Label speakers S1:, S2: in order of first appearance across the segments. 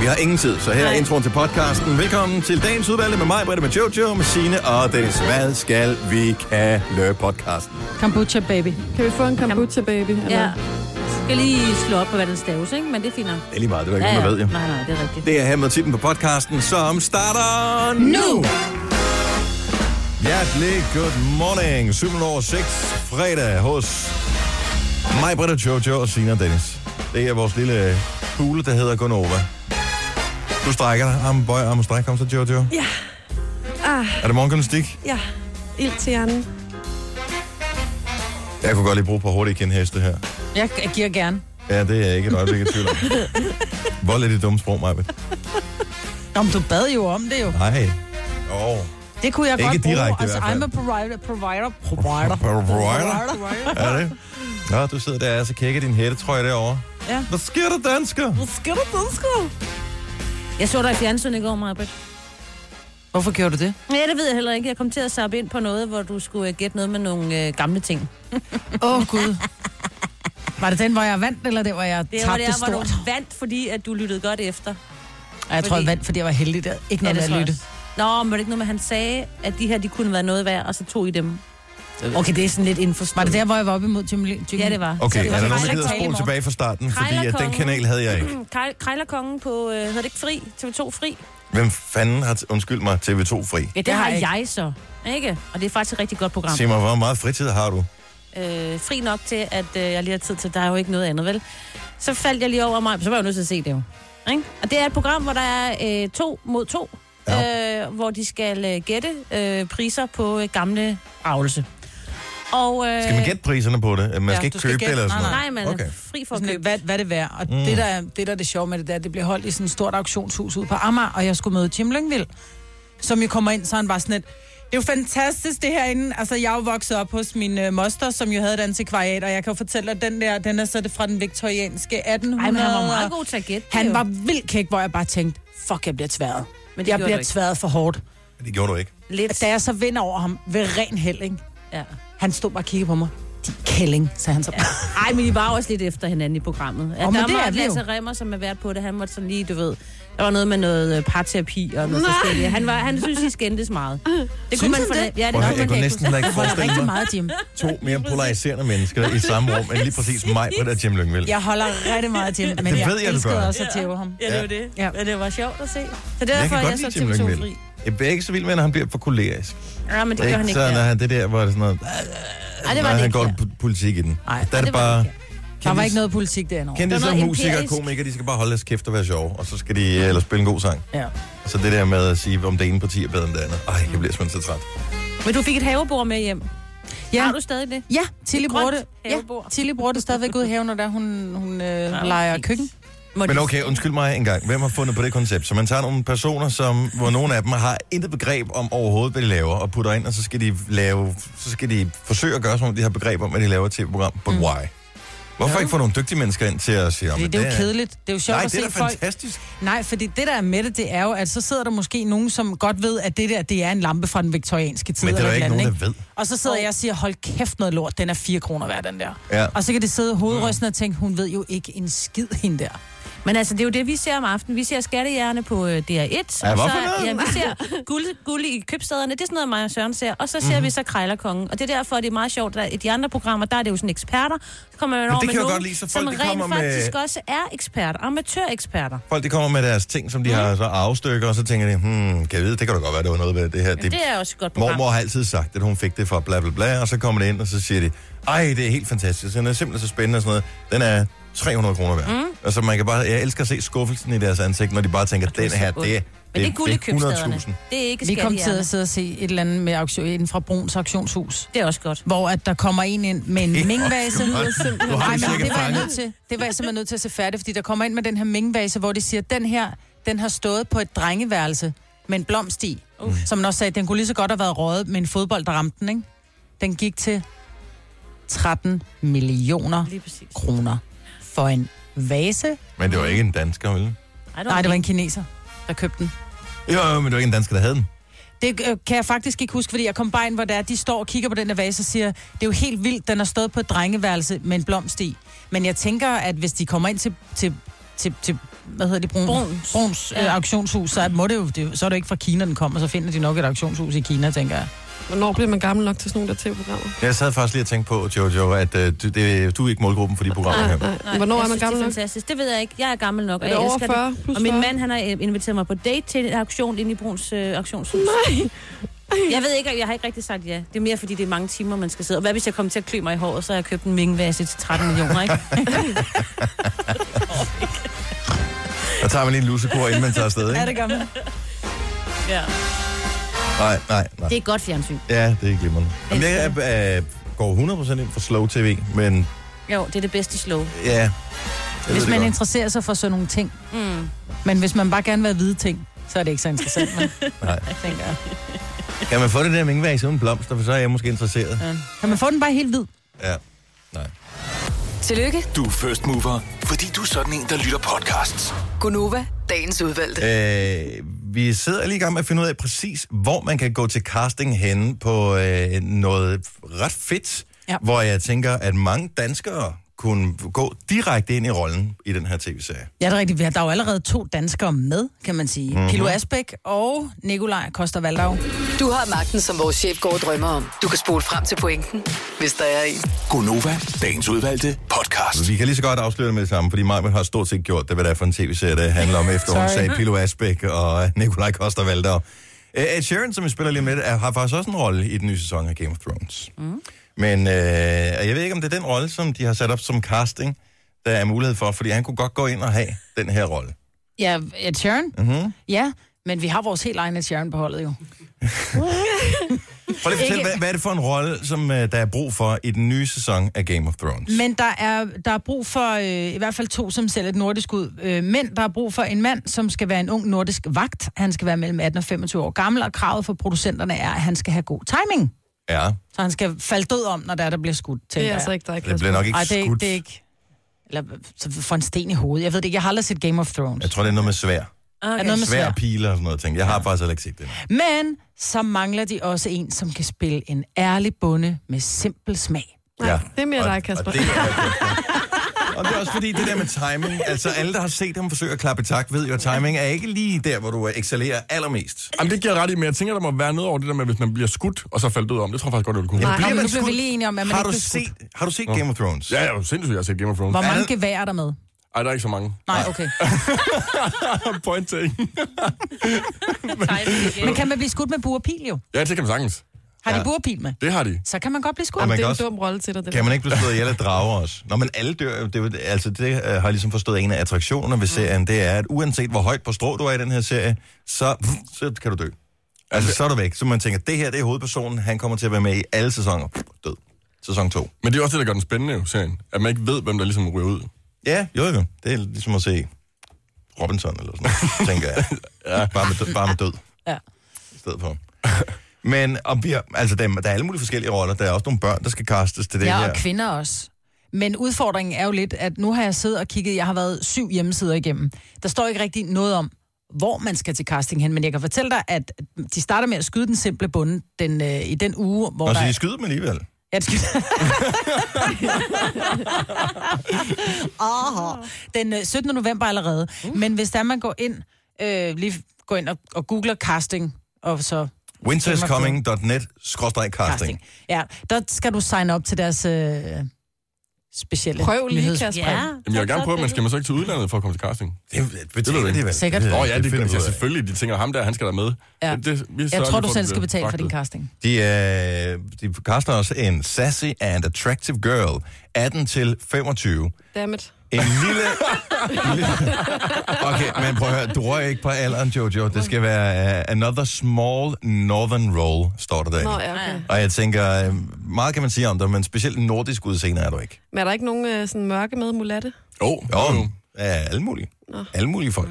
S1: Vi har ingen tid, så her er
S2: Nej.
S1: introen til podcasten. Velkommen til dagens udvalgte med mig, Britta, med Jojo, med Signe og Dennis. Hvad skal vi kalde podcasten?
S3: Kombucha baby.
S2: Kan vi få en kombucha, baby? Eller?
S4: Ja. Skal lige slå op på, hvad den staves, ikke? Men det finder
S1: Det er lige meget, det var ikke, ja, ja. man ved jo.
S4: Nej, nej, det er rigtigt.
S1: Det er her med titlen på podcasten, som starter nu! Hjertelig good morning, 7 over 6, fredag hos mig, Britta, Jojo og Sina Dennis. Det er vores lille øh, hule, der hedder Gonova. Du strækker dig, arm, bøj, arm, stræk, kom så, Jojo.
S2: Ja. Ah,
S1: Er det morgengymnastik?
S2: ja. Ild til hjernen.
S1: Jeg kunne godt lige bruge på hurtigt kende heste her.
S3: Jeg, jeg giver gerne.
S1: Ja, det er jeg ikke et øjeblik i tvivl om. Hvor er det dumt sprog, Maja?
S3: Nå, men du bad jo om det jo.
S1: Nej. Åh. Oh.
S3: Det kunne jeg
S1: Ikke
S3: godt bruge.
S1: direkte i
S3: altså,
S1: hvert fald.
S3: I'm a provider. Provider. Provider.
S1: Provider. Er det? Nå, du sidder der altså og så kigger din hættetrøje derovre.
S3: Ja.
S1: Hvad sker der, dansker?
S3: Hvad skal du danske?
S4: Jeg så dig i fjernsynet i går, Marbet.
S3: Hvorfor gjorde du det?
S4: Ja, det ved jeg heller ikke. Jeg kom til at sappe ind på noget, hvor du skulle øh, gætte noget med nogle øh, gamle ting.
S3: Åh, oh, Gud. Var det den, hvor jeg vandt, eller det, hvor jeg
S4: Det var
S3: tabte
S4: der, hvor
S3: stort?
S4: du vandt, fordi at du lyttede godt efter.
S3: Ej, jeg tror, jeg
S4: fordi-
S3: vandt, fordi jeg var heldig der. Ikke noget
S4: det
S3: ja, med
S4: tror jeg
S3: at lytte.
S4: også. Nå, men var det ikke noget med, at han sagde, at de her, de kunne være noget værd, og så tog I dem. Okay, det er sådan lidt indforstået.
S3: Var det der, hvor jeg var oppe imod Jimmy Lee?
S4: Ja, det var.
S1: Okay,
S3: var
S1: er der nogen, der
S3: Krejlerkongen.
S1: gider at spole tilbage fra starten? Fordi at den
S4: Krejlerkongen.
S1: kanal havde jeg ikke.
S4: Krejl- Krejlerkongen på, øh, hedder det ikke Fri? TV2 Fri?
S1: Hvem fanden har... T- undskyld mig, TV2 fri.
S4: Ja, det,
S3: Det
S4: det
S3: har
S4: har
S3: jeg ikke.
S4: jeg så. Ikke? Og det er faktisk et rigtig godt program.
S1: Sig mig, hvor meget fritid har du?
S4: øh, fri nok til, at øh, jeg lige har tid til, der er jo ikke noget andet, vel? Så faldt jeg lige over mig, så var jeg jo nødt til at se det jo. Ikke? Og det er et program, hvor der er øh, to mod to, ja. øh, hvor de skal øh, gætte øh, priser på øh, gamle avlelse. Og, øh,
S1: Skal man gætte priserne på det? Øh, Man skal
S3: ja,
S1: ikke
S3: du skal
S1: købe det
S3: gætte.
S1: eller sådan noget?
S4: Nej, man okay.
S1: Okay.
S4: er fri for at
S3: Sådan lidt,
S4: købe.
S3: hvad, hvad det værd. Og mm. det, der, er- det, der er det sjove med det, der, det blev holdt i sådan et stort auktionshus ude på Amager, og jeg skulle møde Jim Lyngvild, som jo kommer ind, så er han var sådan et, det er jo fantastisk det herinde. Altså, jeg er jo vokset op hos min øh, moster, som jo havde et antikvariat, og jeg kan jo fortælle, at den der, den er så det fra den viktorianske 1800.
S4: Ej, men han var meget
S3: og
S4: god til at gætte. det
S3: Han
S4: jo.
S3: var vildt kæk, hvor jeg bare tænkte, fuck, jeg bliver tværet.
S4: Men
S3: Men
S4: det
S3: jeg
S4: gjorde du
S3: bliver
S4: ikke.
S3: tværet for hårdt.
S1: Det gjorde du ikke.
S4: lidt...
S3: Da jeg så vinder over ham ved ren held, ikke?
S4: Ja.
S3: Han stod bare og kiggede på mig. De kælling, sagde han så. Ja.
S4: Ej, men I var også lidt efter hinanden i programmet. Ja,
S3: Åh,
S4: oh,
S3: men
S4: der
S3: det
S4: var
S3: er vi jo.
S4: Lasse Remmer, som er vært på det. Han måtte sådan lige, du ved... Der var noget med noget øh, parterapi og noget forskelligt. Han, var, han synes, I skændtes meget. Det kunne man
S3: han
S4: fornemme.
S3: det?
S4: Ja, det
S1: Prøv,
S4: kunne
S1: at høre,
S4: man
S1: jeg kunne
S4: ikke
S1: næsten heller ikke forestille
S3: Rigtig
S1: mig
S3: meget, Jim.
S1: to mere polariserende mennesker i samme rum, end lige præcis mig, Britt og Jim Lyngvild.
S3: Jeg holder rigtig meget til ham, men
S1: Det
S3: jeg,
S1: ved jeg, du gør.
S3: elskede også at tæve ham.
S4: Ja, det var det.
S3: Ja.
S4: Ja. Men det var sjovt at se. Så
S1: jeg
S4: derfor
S1: kan
S4: er
S1: godt
S4: jeg så
S1: lide Jim
S4: TV2
S1: Lyngvild.
S4: fri.
S1: Jeg bliver ikke så vild med, når han bliver for kolerisk.
S4: Ja, men det gør han ikke.
S1: Så når
S4: der.
S1: han det der, hvor det er sådan noget...
S4: Ej, det
S1: Nej,
S4: var det
S1: han
S4: ikke.
S1: går
S4: der.
S1: p- politik i den.
S3: Nej,
S1: der er det
S4: det var
S1: bare...
S4: det
S3: Der var ikke noget politik derinde.
S1: Kendte
S4: Det var
S1: som
S4: noget
S1: musikere og
S4: empirisk. Mm.
S1: komikere, de skal bare holde deres kæft og være sjove, og så skal de øh, eller spille en god sang.
S3: Ja.
S1: Så det der med at sige, om det ene parti er bedre end det andet. Ej, jeg bliver simpelthen så træt.
S4: Men du fik et havebord med hjem.
S3: Ja.
S4: Har du stadig det?
S3: Ja, Tilly
S4: Et
S3: bruger
S4: grønt
S3: det. Ja,
S4: havebord.
S3: Tilly bruger det stadigvæk ude i haven, og der hun, hun øh,
S4: hvor
S3: leger
S4: fint.
S3: køkken.
S4: Må
S1: Men
S4: de-
S1: okay, undskyld mig en gang. Hvem har fundet på det koncept? Så man tager nogle personer, som, hvor nogle af dem har intet begreb om overhovedet, hvad de laver, og putter ind, og så skal de, lave, så skal de forsøge at gøre, som om de har begreb om, hvad de laver til et program. But why? Hvorfor ikke få nogle dygtige mennesker ind til at sige, om
S3: Fordi Mm. det er jo kedeligt. Det er jo sjovt
S1: Nej, det
S3: at se
S1: er da
S3: folk.
S1: fantastisk.
S3: Nej, fordi det der er med det, det er jo, at så sidder der måske nogen, som godt ved, at det der, det er en lampe fra den viktorianske tid.
S1: Men det er der
S3: eller et
S1: ikke
S3: eller
S1: nogen,
S3: andet,
S1: der ved.
S3: Og så sidder jeg og siger, hold kæft noget lort, den er 4 kroner værd, den der.
S1: Ja. Mm.
S3: Og så kan det sidde hovedrystende og tænke, hun ved jo ikke en skid hende der.
S4: Men altså, det er jo det, vi ser om aftenen. Vi ser skattejerne på øh, DR1. Ja,
S1: Ja,
S4: og
S1: hvorfor
S4: så,
S1: noget?
S4: ja, vi ser guld, guld i købstederne. Det er sådan noget, mig og Søren ser. Og så ser
S1: Mhm.
S4: mm. vi så Krejlerkongen. Og det er derfor, det er meget sjovt, at i de andre programmer, der er det jo sådan eksperter. Så kommer man over
S1: det
S4: med
S1: kan jeg
S4: nogen,
S1: godt lide, så folk,
S4: som
S1: de kommer
S4: rent
S1: med-
S4: faktisk også er eksperter. Amatøreksperter.
S1: Folk, de kommer med deres ting, som de mm. har så afstykker, og så tænker de, hmm, kan jeg vide, det kan da godt være, det var noget ved det her.
S4: Det er også et godt program.
S1: Mormor har altid sagt, at hun fik det fra bla bla bla, og så kommer det ind, og så siger de, ej, det er helt fantastisk, den er simpelthen så spændende og sådan noget. Den er 300 kroner værd. Mm. Altså, man kan bare, jeg elsker at se skuffelsen i deres ansigt, når de bare tænker, den her, det, det,
S4: Men det er guld i
S1: det er
S4: købstederne.
S1: 100.000.
S4: Det er ikke
S3: Vi kom til
S4: skattejerne.
S3: at sidde og se et eller andet med auktion, inden fra Bruns auktionshus.
S4: Det er også godt.
S3: hvor at der kommer en ind med
S1: Det er
S3: en
S1: også
S3: mingvase.
S1: godt. Du har
S3: Nej,
S1: det
S3: men
S1: sikkert
S3: det var, jeg
S1: fanget.
S3: nødt til, det var jeg simpelthen nødt til at se færdigt, fordi der kommer ind med den her mingvase, hvor de siger, den her, den har stået på et drengeværelse med en blomst i. Uh. Som man også sagde, den kunne lige så godt have været røget med en fodbold, der ramte den, ikke? Den gik til 13 millioner
S4: Lige præcis.
S3: kroner for en vase.
S1: Men det var
S4: Mm.
S1: ikke en dansker, vel?
S4: Ej,
S3: Nej, det var en kineser, der købte den.
S1: Jo, jo, men det var ikke en dansker, der havde den.
S3: Det øh, kan jeg faktisk ikke huske, fordi jeg kom bare ind, hvor det er, de står og kigger på den her vase og siger, det er jo helt vildt, den har stået på et drengeværelse med en blomst i. Men jeg tænker, at hvis de kommer ind til, til til, til hvad hedder det, Brun,
S4: Bruns.
S3: Bruns ja.
S4: Ja.
S3: øh, auktionshus, så, må det jo, det, så er det jo ikke fra Kina, den kommer, så finder de nok et auktionshus i Kina, tænker jeg.
S2: Hvornår bliver man gammel nok til sådan nogle der tv-programmer?
S1: Jeg sad faktisk lige og tænkte på, Jojo, at øh, du, det, du er ikke målgruppen for de programmer her.
S2: nej. Hvornår
S4: jeg
S2: er man
S4: synes,
S2: gammel
S4: det er
S2: nok?
S4: fantastisk. Det ved jeg ikke. Jeg er gammel nok, og
S2: Er det
S4: jeg
S2: over
S4: elsker det.
S2: 40? Plus
S4: Og min
S2: 40?
S4: mand, han har øh, inviteret mig på date til en auktion inde i Bruns øh, auktionshus.
S2: Nej.
S4: Jeg ved ikke, og jeg har ikke rigtig sagt ja. Det er mere, fordi det er mange timer, man skal sidde. Og hvad hvis jeg kommer til at klø mig i håret, så har jeg købt en mingvasse til 13 millioner, ikke?
S1: Der tager man lige en lusekor, inden man tager afsted,
S3: Ja,
S1: ikke?
S3: det gør man.
S4: ja.
S1: Nej, nej, nej.
S4: Det er et godt fjernsyn.
S1: Ja, det er glimrende. Jamen, jeg er, øh, går 100% ind for slow tv, men
S4: Jo, det er det bedste slow.
S1: ja... jeg ved
S3: Hvis
S1: det
S3: man
S1: godt.
S3: interesserer sig for sådan nogle ting.
S4: Mm.
S3: Men hvis man bare gerne vil have hvide ting, så er det ikke så interessant, men,
S1: Nej.
S3: tænker jeg.
S1: Kan man få det der mingvase uden blomster, for så er jeg måske interesseret.
S3: Ja. Kan man få den bare helt hvid?
S1: Ja. Nej.
S5: Tillykke,
S6: Du er first mover, fordi du er sådan en, der lytter podcasts.
S5: Gunova, dagens udvalgte.
S1: Øh, vi sidder lige i gang med at finde ud af præcis, hvor man kan gå til casting henne på øh, noget ret fedt, ja.
S3: Ja.
S1: hvor jeg tænker, at mange danskere kunne gå direkte ind i rollen i den her tv-serie.
S3: Ja, det er rigtigt. Vi har, der er jo allerede to danskere med, kan man sige.
S1: Mhm.
S3: Mm-hmm. Pilo Asbæk og Nikolaj Koster Valdau.
S5: Du har magten, som vores chef går og drømmer om. Du kan spole frem til pointen, hvis der er en.
S6: Gonova, dagens udvalgte podcast.
S1: Vi kan lige så godt afsløre det med det samme, fordi Marvin har stort set gjort det, hvad det er for en tv-serie, det handler om, efter hun
S3: Sorry.
S1: sagde Pilo Asbæk og øh, Nikolaj Koster Valdau. Øh, Ed Sheeran, som vi spiller lige med, er, har faktisk også en rolle i den nye sæson af Game of Thrones. Mm. Men øh, og jeg ved ikke, om det er den rolle, som de har sat op som casting, der er mulighed for, fordi han kunne godt gå ind og have den her rolle. Mhm.
S3: Ja, Ed Sheeran. Mm-hmm. Ja, men vi har vores helt egen Ed Sheeran på holdet jo.
S1: Prøv lige at fortælle, hvad, hvad er det for en rolle, som øh, der er brug for i den nye sæson af Game of Thrones?
S3: Men der er, der er brug for øh, i hvert fald to, som ser lidt nordisk ud. Øh, mænd, der er brug for en mand, som skal være en ung nordisk vagt. Han skal være mellem 18 og 25 år gammel, og kravet for producenterne er, at han skal have god timing.
S1: Ja,
S3: Så han skal falde død om, når der, er, der bliver skudt,
S2: Det
S3: tænker
S2: er altså
S3: jeg.
S2: ikke dig,
S1: det bliver nok ikke
S3: Ej, det er, ikke-
S1: skudt.
S3: det er ikke... Eller så for en sten i hovedet. Jeg ved det ikke. Jeg har aldrig set Game of Thrones.
S1: Jeg tror, det er noget med svær.
S4: Okay.
S3: Er noget med
S1: Svær
S3: svær?
S1: piler og sådan noget ting. Jeg har faktisk heller ikke set det.
S3: Men så mangler de også en, som kan spille en ærlig bonde med simpel smag.
S2: Nej,
S1: Ja.
S2: det er mere
S1: Og-
S2: dig, Kasper.
S1: Og det, er, og det er også fordi, det der med timing, altså alle, der har set ham forsøge at klappe i takt, ved jo, at timing er ikke lige der, hvor du excellerer allermest.
S7: Jamen, det giver jeg ret i, men jeg tænker, der må være noget over det der med, hvis man bliver skudt, og så falder død om. Det tror jeg faktisk godt, det ville kunne.
S1: Jamen,
S3: Nå, men nu
S1: man
S3: blev vi
S1: skudt?
S3: lige enige om, at man
S1: har
S3: ikke
S1: du
S3: blev skudt.
S1: set, Har du set Game of Thrones?
S7: Ja, ja, sindssygt, jeg har set Game of Thrones.
S3: Hvor
S1: Er
S3: mange
S1: det-
S3: geværer er der med?
S7: Ej, der er ikke så mange.
S3: Nej, okay.
S7: Point taken.
S3: Men kan man blive skudt med burpil jo?
S7: Ja, det kan man sagtens.
S3: Har de burpil med?
S7: Det har de.
S3: Så kan man godt blive skudt.
S1: Og man
S2: det
S1: kan
S2: er en
S1: også-
S2: dum rolle til dig. Det
S1: Kan
S2: der.
S1: man ikke blive slået ihjel af drager også? Når man alle dør, jo, det, er jo- altså det øh, har jeg ligesom forstået en af attraktionerne
S3: Mm.
S1: ved serien, det er, at uanset hvor højt på strå du er i den her serie, så, så kan du dø. Altså, så er du væk. Så man tænker, det her, det er hovedpersonen, han kommer til at være med i alle sæsoner. Død. Sæson 2.
S7: Men det er også det, der gør den spændende, jo, serien. At man ikke ved, hvem der ligesom ryger ud.
S1: Ja, jo jo. Det er ligesom at se Robinson eller sådan noget, tænker jeg. ja. bare, med død, bare med død
S3: Ja.
S1: i stedet for. Men og vi, har- altså, der, er- der er alle mulige forskellige roller. Der er også nogle børn, der skal kastes til det
S3: Ja,
S1: her.
S3: og kvinder også. Men udfordringen er jo lidt, at nu har jeg siddet og kigget, jeg har været syv hjemmesider igennem. Der står ikke rigtig noget om, hvor man skal til casting hen, men jeg kan fortælle dig, at de starter med at skyde den simple bonde den, øh, i den uge, hvor
S1: Nå,
S3: der...
S1: så de skyder dem alligevel.
S3: Ja, det skal... Aha. Den øh, 17. november allerede. Uh. Men hvis der man går ind, øh, lige går ind og, og googler casting, og så
S1: Winterscoming.net skråstreg casting.
S3: casting. Ja, der skal du sign op til deres øh, specielle
S2: Prøv lige,
S3: nyheds-
S2: Kasper.
S4: Ja.
S7: Jamen, jeg vil gerne
S4: Så-
S7: prøve, men skal man så ikke til udlandet for at komme til casting?
S1: Det
S7: Det ved
S1: betaler
S7: du
S1: de
S7: ikke.
S1: vel.
S3: Sikkert.
S1: ved
S7: Åh
S1: jeg
S7: oh, ja,
S1: ikke.
S7: det,
S1: finder vi
S7: ja,
S1: ud af.
S7: selvfølgelig. De tænker, ham der, han skal der med.
S3: Ja.
S7: Det, det, vi
S3: Jeg
S7: sørger
S3: tror,
S7: for,
S3: du
S7: at
S3: selv
S7: det
S3: skal
S7: bliver
S1: øh,
S3: betale for din
S7: fragtet.
S3: casting.
S1: De, øh, de kaster også en sassy and attractive girl, 18 til 25.
S2: Dammit.
S1: En lille... lille... Okay, men prøv at høre, du rører ikke på alderen, Jojo. Det skal være uh, another small northern roll, står der
S2: Nå,
S1: derinde.
S2: ja, okay.
S1: Og jeg tænker, øh, meget kan man sige om dig, men specielt nordisk udseende er du ikke.
S2: Men er der ikke nogen øh, sådan mørke med mulatte?
S7: Jo,
S1: Jo,
S7: jo.
S1: jo. Ja, alle mulige. Alle mulige folk.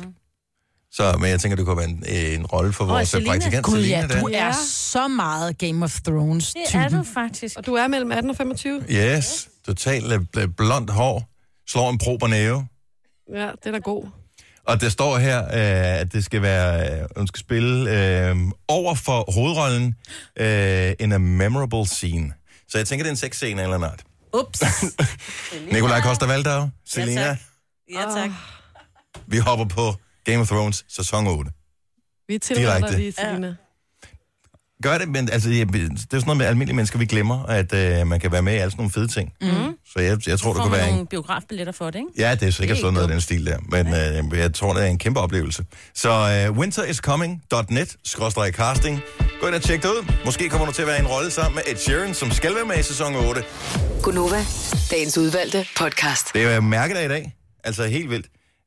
S1: Så, men jeg tænker, det kunne være en, øh, en rolle for
S4: Åh,
S1: vores øh,
S4: Selina.
S1: praktikant.
S3: Gud ja,
S1: Selina, der.
S3: du er
S2: Ja.
S3: så meget Game of
S4: Det er du
S3: Thrones-typen.
S4: faktisk.
S2: Og du er mellem 18 og 25?
S1: Yes, totalt øh, bl- blondt hår, slår en prober næve.
S2: Ja, det er da god.
S1: Og der står her, øh, at det skal være, øh, hun skal spille øh, over for hovedrollen øh, in a memorable scene. Så jeg tænker, det er en sexscene eller noget.
S4: Ups.
S1: Nikolaj Koster Valdau, Selena.
S4: Ja, tak.
S1: Vi hopper på Game of Thrones sæson 8.
S2: Vi er tilrettet
S1: Direkte.
S2: lige, Selina.
S1: Gør det, men altså, jeg, det er jo sådan noget med almindelige mennesker, vi glemmer, at øh, man kan være med i alle sådan nogle fede ting. Mm. Så jeg, jeg tror,
S4: Får
S1: der kunne
S4: man
S1: være en
S4: nogle biografbilletter for det, ikke?
S1: Ja, det er sikkert
S4: Det er
S1: sådan noget af
S4: dumt.
S1: den stil der, men øh, jeg tror, det er en kæmpe oplevelse. Så øh, winteriscoming.net, skråstrej casting. Gå ind og tjek det ud. Måske kommer du til at være i en rolle sammen med Ed Sheeran, som skal være med i sæson 8.
S5: Gunova, dagens udvalgte podcast.
S1: Det er jo mærkedag i dag, altså helt vildt.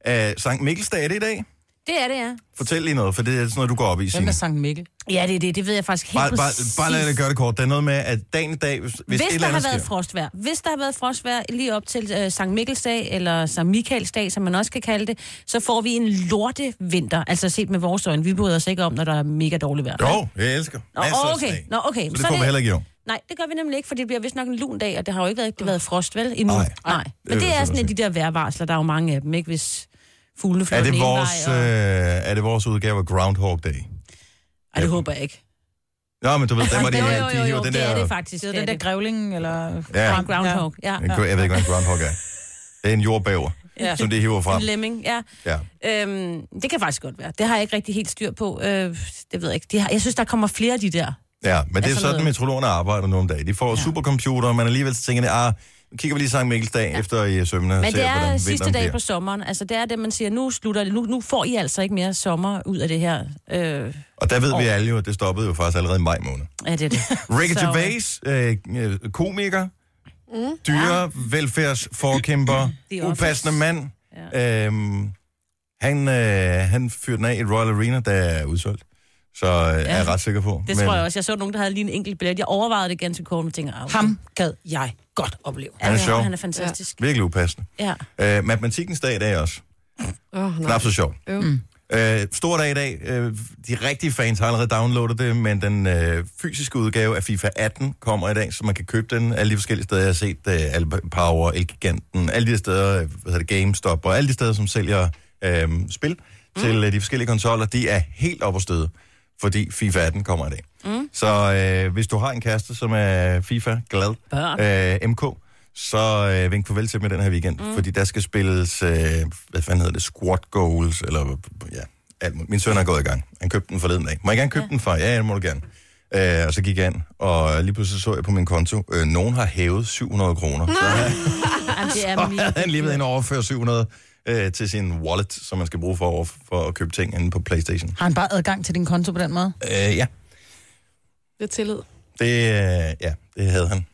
S1: Øh, Sankt Mikkelsdag er det i dag?
S4: Det er det, ja.
S1: Fortæl lige noget, for det er sådan noget, du går op i,
S3: Hvem
S1: Signe.
S3: er Sankt Mikkel?
S4: Ja, det er det. Det ved jeg faktisk helt
S1: Bare, bare,
S4: præcis.
S1: bare lad det gøre det kort. Det er noget med, at dagen i dag, hvis,
S4: Hvis,
S1: et
S4: hvis
S1: eller
S4: der har
S1: andet
S4: været
S1: sker...
S4: frostvær, hvis der har været frostvær lige op til øh, Sankt Mikkelsdag, eller Sankt Michaelsdag, som man også kan kalde det, så får vi en lorte vinter. Altså set med vores øjne. Vi bryder os ikke om, når der er mega dårligt vejr.
S1: Jo, jeg elsker.
S4: Nå,
S1: Masser af
S4: okay.
S1: sne.
S4: Nå, okay.
S1: Så det
S4: Så
S1: får
S4: det-
S1: man heller ikke jo.
S4: Nej, det gør vi nemlig ikke, for det bliver vist nok en lun dag, og det har jo ikke været, det været frost, vel? Endnu.
S1: Nej.
S4: Nej. Men
S1: Det
S4: det
S1: vil
S4: er
S1: jeg
S4: sådan
S1: sige.
S4: en af de der vejrvarsler, der er jo mange af dem, ikke? Hvis fuglene flyver
S1: Er
S4: den
S1: det,
S4: ene vej,
S1: vores,
S4: og...
S1: øh, er det vores udgave af Groundhog Day?
S4: Ej, det håber jeg ikke.
S1: Nå, men du ved, der var de,
S4: Jo, jo,
S1: her,
S4: jo,
S1: de hiver
S4: jo,
S1: den
S4: det er
S1: der...
S4: det faktisk.
S3: Det er den der grævling, eller...
S1: Ja.
S4: groundhog. Ja.
S1: Jeg, kan- jeg ved ikke, hvad en groundhog er. Det er en jordbæver,
S4: Ja.
S1: øh, som det hiver frem.
S4: En lemming, ja.
S1: Ja.
S4: Øhm, det kan faktisk godt være. Det har jeg ikke rigtig helt styr på. Øh, det ved jeg ikke. De har, jeg synes, der kommer flere af de der.
S1: ja, men det er sådan,
S4: sådan Altså noget.
S1: metrologerne arbejder nu om dagen. De får ja. supercomputer, men alligevel så tænker de, ah, nu kigger vi lige Sankt Mikkels dag ja. efter i sømne.
S4: Men det er sidste dag på sommeren. Altså, det er det, man siger, nu slutter det. Nu, nu får I altså ikke mere sommer ud af det her. Øh,
S1: Og der ved vi alle jo, at det stoppede jo faktisk allerede i maj måned.
S4: er det det?
S1: Ricky
S4: Så, øh,
S1: Gervais, øh, øh, komiker, mm. dyre, velfærdsforkæmper,
S4: The
S1: upassende
S4: Office.
S1: mand. Ja. Øhm, han, øh, han fyrte den af i Royal Arena, der er udsolgt. Så øh, ja. er jeg ret sikker på.
S4: Det tror jeg også. Jeg så nogen, der havde lige en enkelt billet. Jeg overvejede det ganske kort, men tænkte, ah, okay.
S3: Ham gad jeg godt opleve.
S4: Ja,
S1: Han er sjov.
S4: Han er fantastisk.
S1: Virkelig upassende.
S4: Ja.
S1: Øh, matematikkens dag i dag også.
S2: Åh, oh, nej.
S1: Knap så sjov.
S2: Øv.
S1: Øh, stor dag i dag. Øh, de rigtige fans har allerede downloadet det, men den øh, fysiske udgave af FIFA 18 kommer i dag, så man kan købe den alle de forskellige steder. Jeg har set øh, Alpower, Elgiganten, alle de steder, øh, hvad hedder det, GameStop og alle de steder, som sælger øh, spil til øh, de forskellige konsoller. De er helt op og støde, fordi FIFA 18 kommer i dag. Mm. Så øh, hvis du har en kæreste, som er FIFA-glad, øh, MK, så øh, vink farvel til med den her weekend, mm. fordi der skal spilles, øh, hvad fanden hedder det, squat goals, eller ja, alt muligt. Min søn er gået i gang. Han købte den forleden dag. Må jeg gerne købe ja. den, far? Ja, det må du gerne. Øh, og så gik jeg ind, og lige pludselig så jeg på min konto, øh, nogen har hævet 700 kroner. Så
S3: Mm.
S4: Jamen, det er
S1: havde
S4: mega
S1: han lige været inde og overføre 700 øh, til sin wallet, som man skal bruge for, at- for at købe ting inde på Playstation.
S3: Har han bare adgang til din konto på den måde?
S1: Øh, ja,
S2: Det er tillid.
S1: det, øh, ja, det havde han.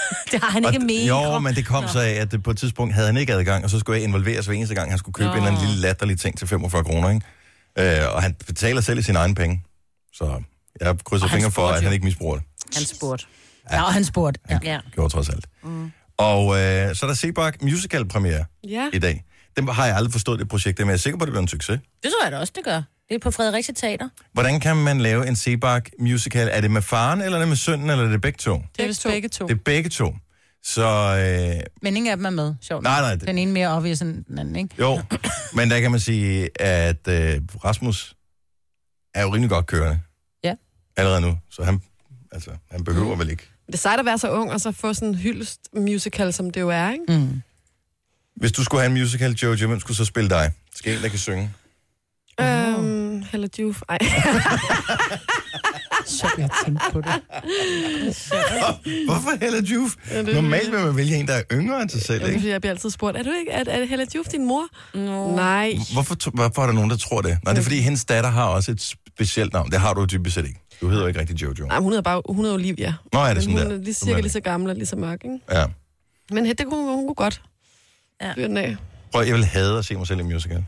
S4: Det har han ikke
S1: Og d-
S4: mere.
S1: Jo, men det kom så af, at det på et tidspunkt havde han ikke adgang, og så skulle jeg involveres hver eneste gang, han skulle købe en eller anden lille latterlig ting til 45 kroner, ikke? Øh, og han betaler selv i sine egne penge. Så jeg krydser
S4: Og han
S1: fingre for,
S4: spurgte
S1: at
S4: jo.
S1: han ikke misbruger det.
S4: Han spurgte.
S3: Ja, ja og han spurgte. Ja.
S4: Ja.
S1: Gjorde trods alt. Mm. Og øh, så er der Sebak musical-premiere
S2: Ja.
S1: i dag. Den har jeg aldrig forstået, det projekt, der, men jeg er sikker på, at det bliver en succes.
S4: Det tror jeg da også, det gør. Det er på Fredericia Teater.
S1: Hvordan kan man lave en Sebak musical? Er det med faren, eller er det med sønnen, eller er det begge to?
S3: Det er vist begge to.
S1: Det er begge to. Så øh,
S3: Men ingen af dem er med, sjovt.
S1: nej,
S3: nok.
S1: nej, det,
S3: Den ene mere obvious end den anden, ikke?
S1: Jo, men der kan man sige, at øh, Rasmus er jo rimelig godt kørende.
S3: Ja.
S1: Allerede nu, så han, altså, han behøver mm. vel ikke.
S2: Det er sejt at være så ung, og så få sådan en hyldest musical, som det jo er, ikke?
S3: Mm.
S1: Hvis du skulle have en musical, Jojo, hvem skulle så spille dig? Skal en, der kan synge?
S2: Øhm, um, Hella Juf. Ej.
S3: Så jeg tænkte på det.
S1: Hvorfor Hella Juf?
S2: Ja, det-
S1: Normalt vil man vælge en, der er yngre end sig selv,
S2: Det er,
S1: ikke?
S2: fordi jeg bliver altid spurgt, er, du ikke, er, er det Hella Juf din mor? No. Nej.
S1: Hvorfor, to- hvorfor er der nogen, der tror det? Nej, det er fordi, hendes datter har også et specielt navn. Det har du jo dybest set ikke. Du hedder jo ikke rigtig Jojo.
S2: Nej, hun er bare hun er Olivia.
S1: Nå, er det
S2: Ah. Men
S1: sådan
S2: hun
S1: der?
S2: er lige,
S1: Sådan
S2: cirka
S1: er
S2: lige så gammel og lige så mørk, ikke?
S1: det. Ja.
S2: Men det kunne, hun kunne godt.
S4: Ja.
S2: Ja. Af.
S1: Prøv, jeg vil hade at se mig selv i en musical.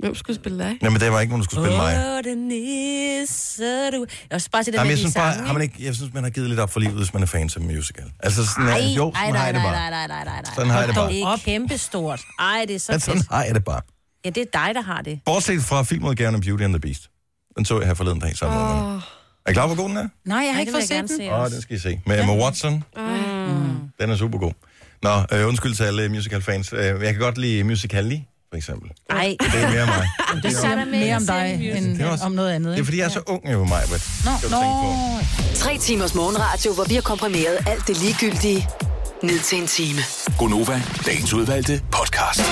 S2: Hvem skulle spille dig?
S1: Nej, men det var ikke, nogen der skulle spille mig.
S4: Åh, den nisse, du... Jeg også bare se det
S1: Nej, men
S4: med
S1: jeg
S4: de
S1: synes bare,
S4: sange,
S1: har man ikke, jeg synes, man har givet lidt op for livet, hvis man er fan af musical. Altså sådan,
S4: Ej,
S1: Ej, jo, sådan
S4: ej,
S1: har
S4: nej,
S1: jeg det
S4: nej,
S1: bare.
S4: nej, nej, nej, nej, nej.
S1: Sådan har jeg det bare.
S4: Det er kæmpestort. Ej, det er så
S1: Men sådan
S4: fedt.
S1: har jeg det bare.
S4: Ja, det er dig, der har det.
S1: Bortset fra filmudgaven af Beauty and the Beast. Den så jeg her forleden dag sammen med oh.
S2: Åh,
S1: Er I klar på, hvor god den er?
S3: Nej, jeg har
S4: Ja,
S3: ikke
S4: det vil
S3: fået
S4: jeg
S3: set den.
S1: Åh,
S4: gerne
S1: oh,
S4: se Mm.
S1: den skal I se. Med Emma Watson.
S2: ej.
S1: Den er super god. Nå, øh, undskyld til alle musicalfans. Øh, jeg kan godt lide Musical.ly, for eksempel.
S4: også. Ej,
S1: Det er mere mig.
S4: det er der med
S3: Mere om
S4: at se
S3: dig
S4: en musical.
S3: end
S1: Det er også-
S3: om noget andet,
S1: Det er,
S3: ikke?
S1: fordi jeg er så ung, jo, mig. But.
S3: Nå, nå.
S5: Tre timers morgenradio, hvor vi har komprimeret alt det ligegyldige ned til en time.
S6: Gonova, dagens udvalgte podcast.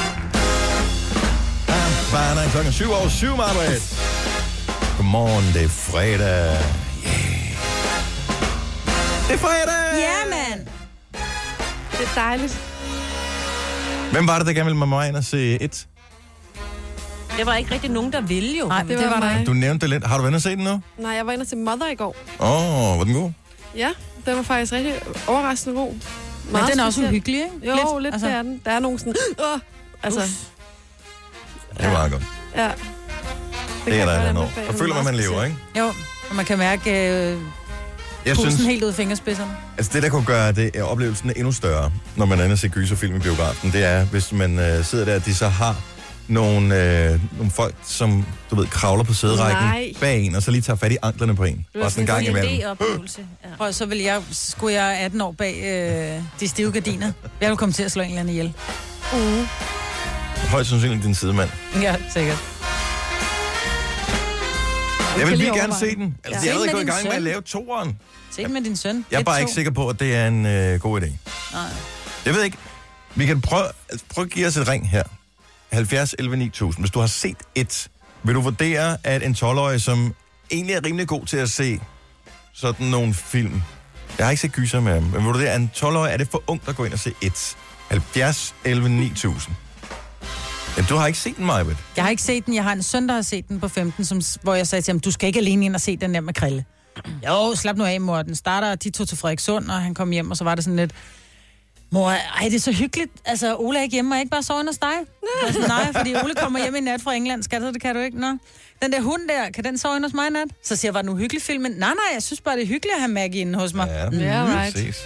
S1: Sejner klokken 7 over 7, Margaret. Godmorgen, det er fredag. Yeah. Det er fredag!
S3: Ja, mand!
S2: Det er dejligt.
S1: Mm. Hvem var det, der gerne ville med mig ind og se et?
S4: Der var ikke rigtig nogen, der ville jo.
S3: Nej,
S2: Det var, det var mig.
S1: Du nævnte det lidt. Har du været inde og se den nu?
S2: Nej, jeg var inde og se Mother i går.
S1: Åh, oh, var den god?
S2: Ja, den var faktisk rigtig overraskende god.
S3: Men
S2: Meget
S3: den er også
S2: speciel.
S3: uhyggelig, ikke?
S2: Jo, lidt, lidt altså. det er den. Der er nogen sådan... Åh! Altså,
S1: Det var godt.
S2: ja.
S1: Det, det er der et eller andet over. Der føler man, man lever, ikke?
S3: Jo, og man kan mærke øh,
S1: Jeg
S3: pulsen
S1: synes,
S3: helt ud af fingerspidserne.
S1: altså det, der kunne gøre det, er oplevelsen endnu større, når man er inde og ser gyserfilm i biografen, det er, hvis man øh, sidder der, at de så har nogle, øh, nogle folk, som, du ved, kravler på sæderækken
S2: Nej.
S1: bag en, og så lige tager fat i anklerne på en. Bare sådan en gang imellem.
S4: idéoplevelse. Ja.
S3: Prøv, så vil jeg, skulle jeg 18 år bag øh, de stive gardiner. Jeg vil komme til at slå en eller anden ihjel.
S1: Højst sandsynligt din sidemand.
S3: Ja, sikkert.
S1: Jeg vil
S2: lige
S1: lige gerne
S2: overveje.
S1: se den. Altså,
S2: Ja.
S1: ja. de er
S3: Se den
S1: allerede
S3: med
S1: gået i gang
S3: din
S1: med at
S3: søn.
S1: lave toeren.
S3: Se det med din søn.
S1: Jeg er
S3: Et,
S1: bare
S3: to.
S1: ikke sikker på, at det er en øh, god idé.
S3: Nej.
S1: Jeg ved ikke. Vi kan prøve, altså, prøv at give os et ring her. 70 11 9000. Hvis du har set et, vil du vurdere, at en 12-årig, som egentlig er rimelig god til at se sådan nogle film. Jeg har ikke set gyser med ham, men vil du vurdere, at en 12-årig er det for ung at gå ind og se et? 70 11 9000. Jamen, du har ikke set den, Majbet.
S3: Jeg har ikke set den. Jeg har en søn, der har set den på 15, som, hvor jeg sagde til ham, du skal ikke alene ind og se den der med krille. Jo, slap nu af, mor. Den starter, de tog til Frederikssund, og han kom hjem, og så var det sådan lidt... Mor, ej, det er så hyggeligt. Altså, Ole er ikke hjemme, og jeg ikke bare sover hos dig. Jeg var Sådan, Nej, fordi Ole kommer hjem i nat fra England. Skal det, det kan du ikke. Nå. Den der hund der, kan den sove inde hos mig i nat? Så siger jeg, var den uhyggelig filmen? Nej, nej, jeg synes bare, det er hyggeligt at have Maggie inde hos mig. Ja.
S2: Ja, right.
S1: mm, Præcis.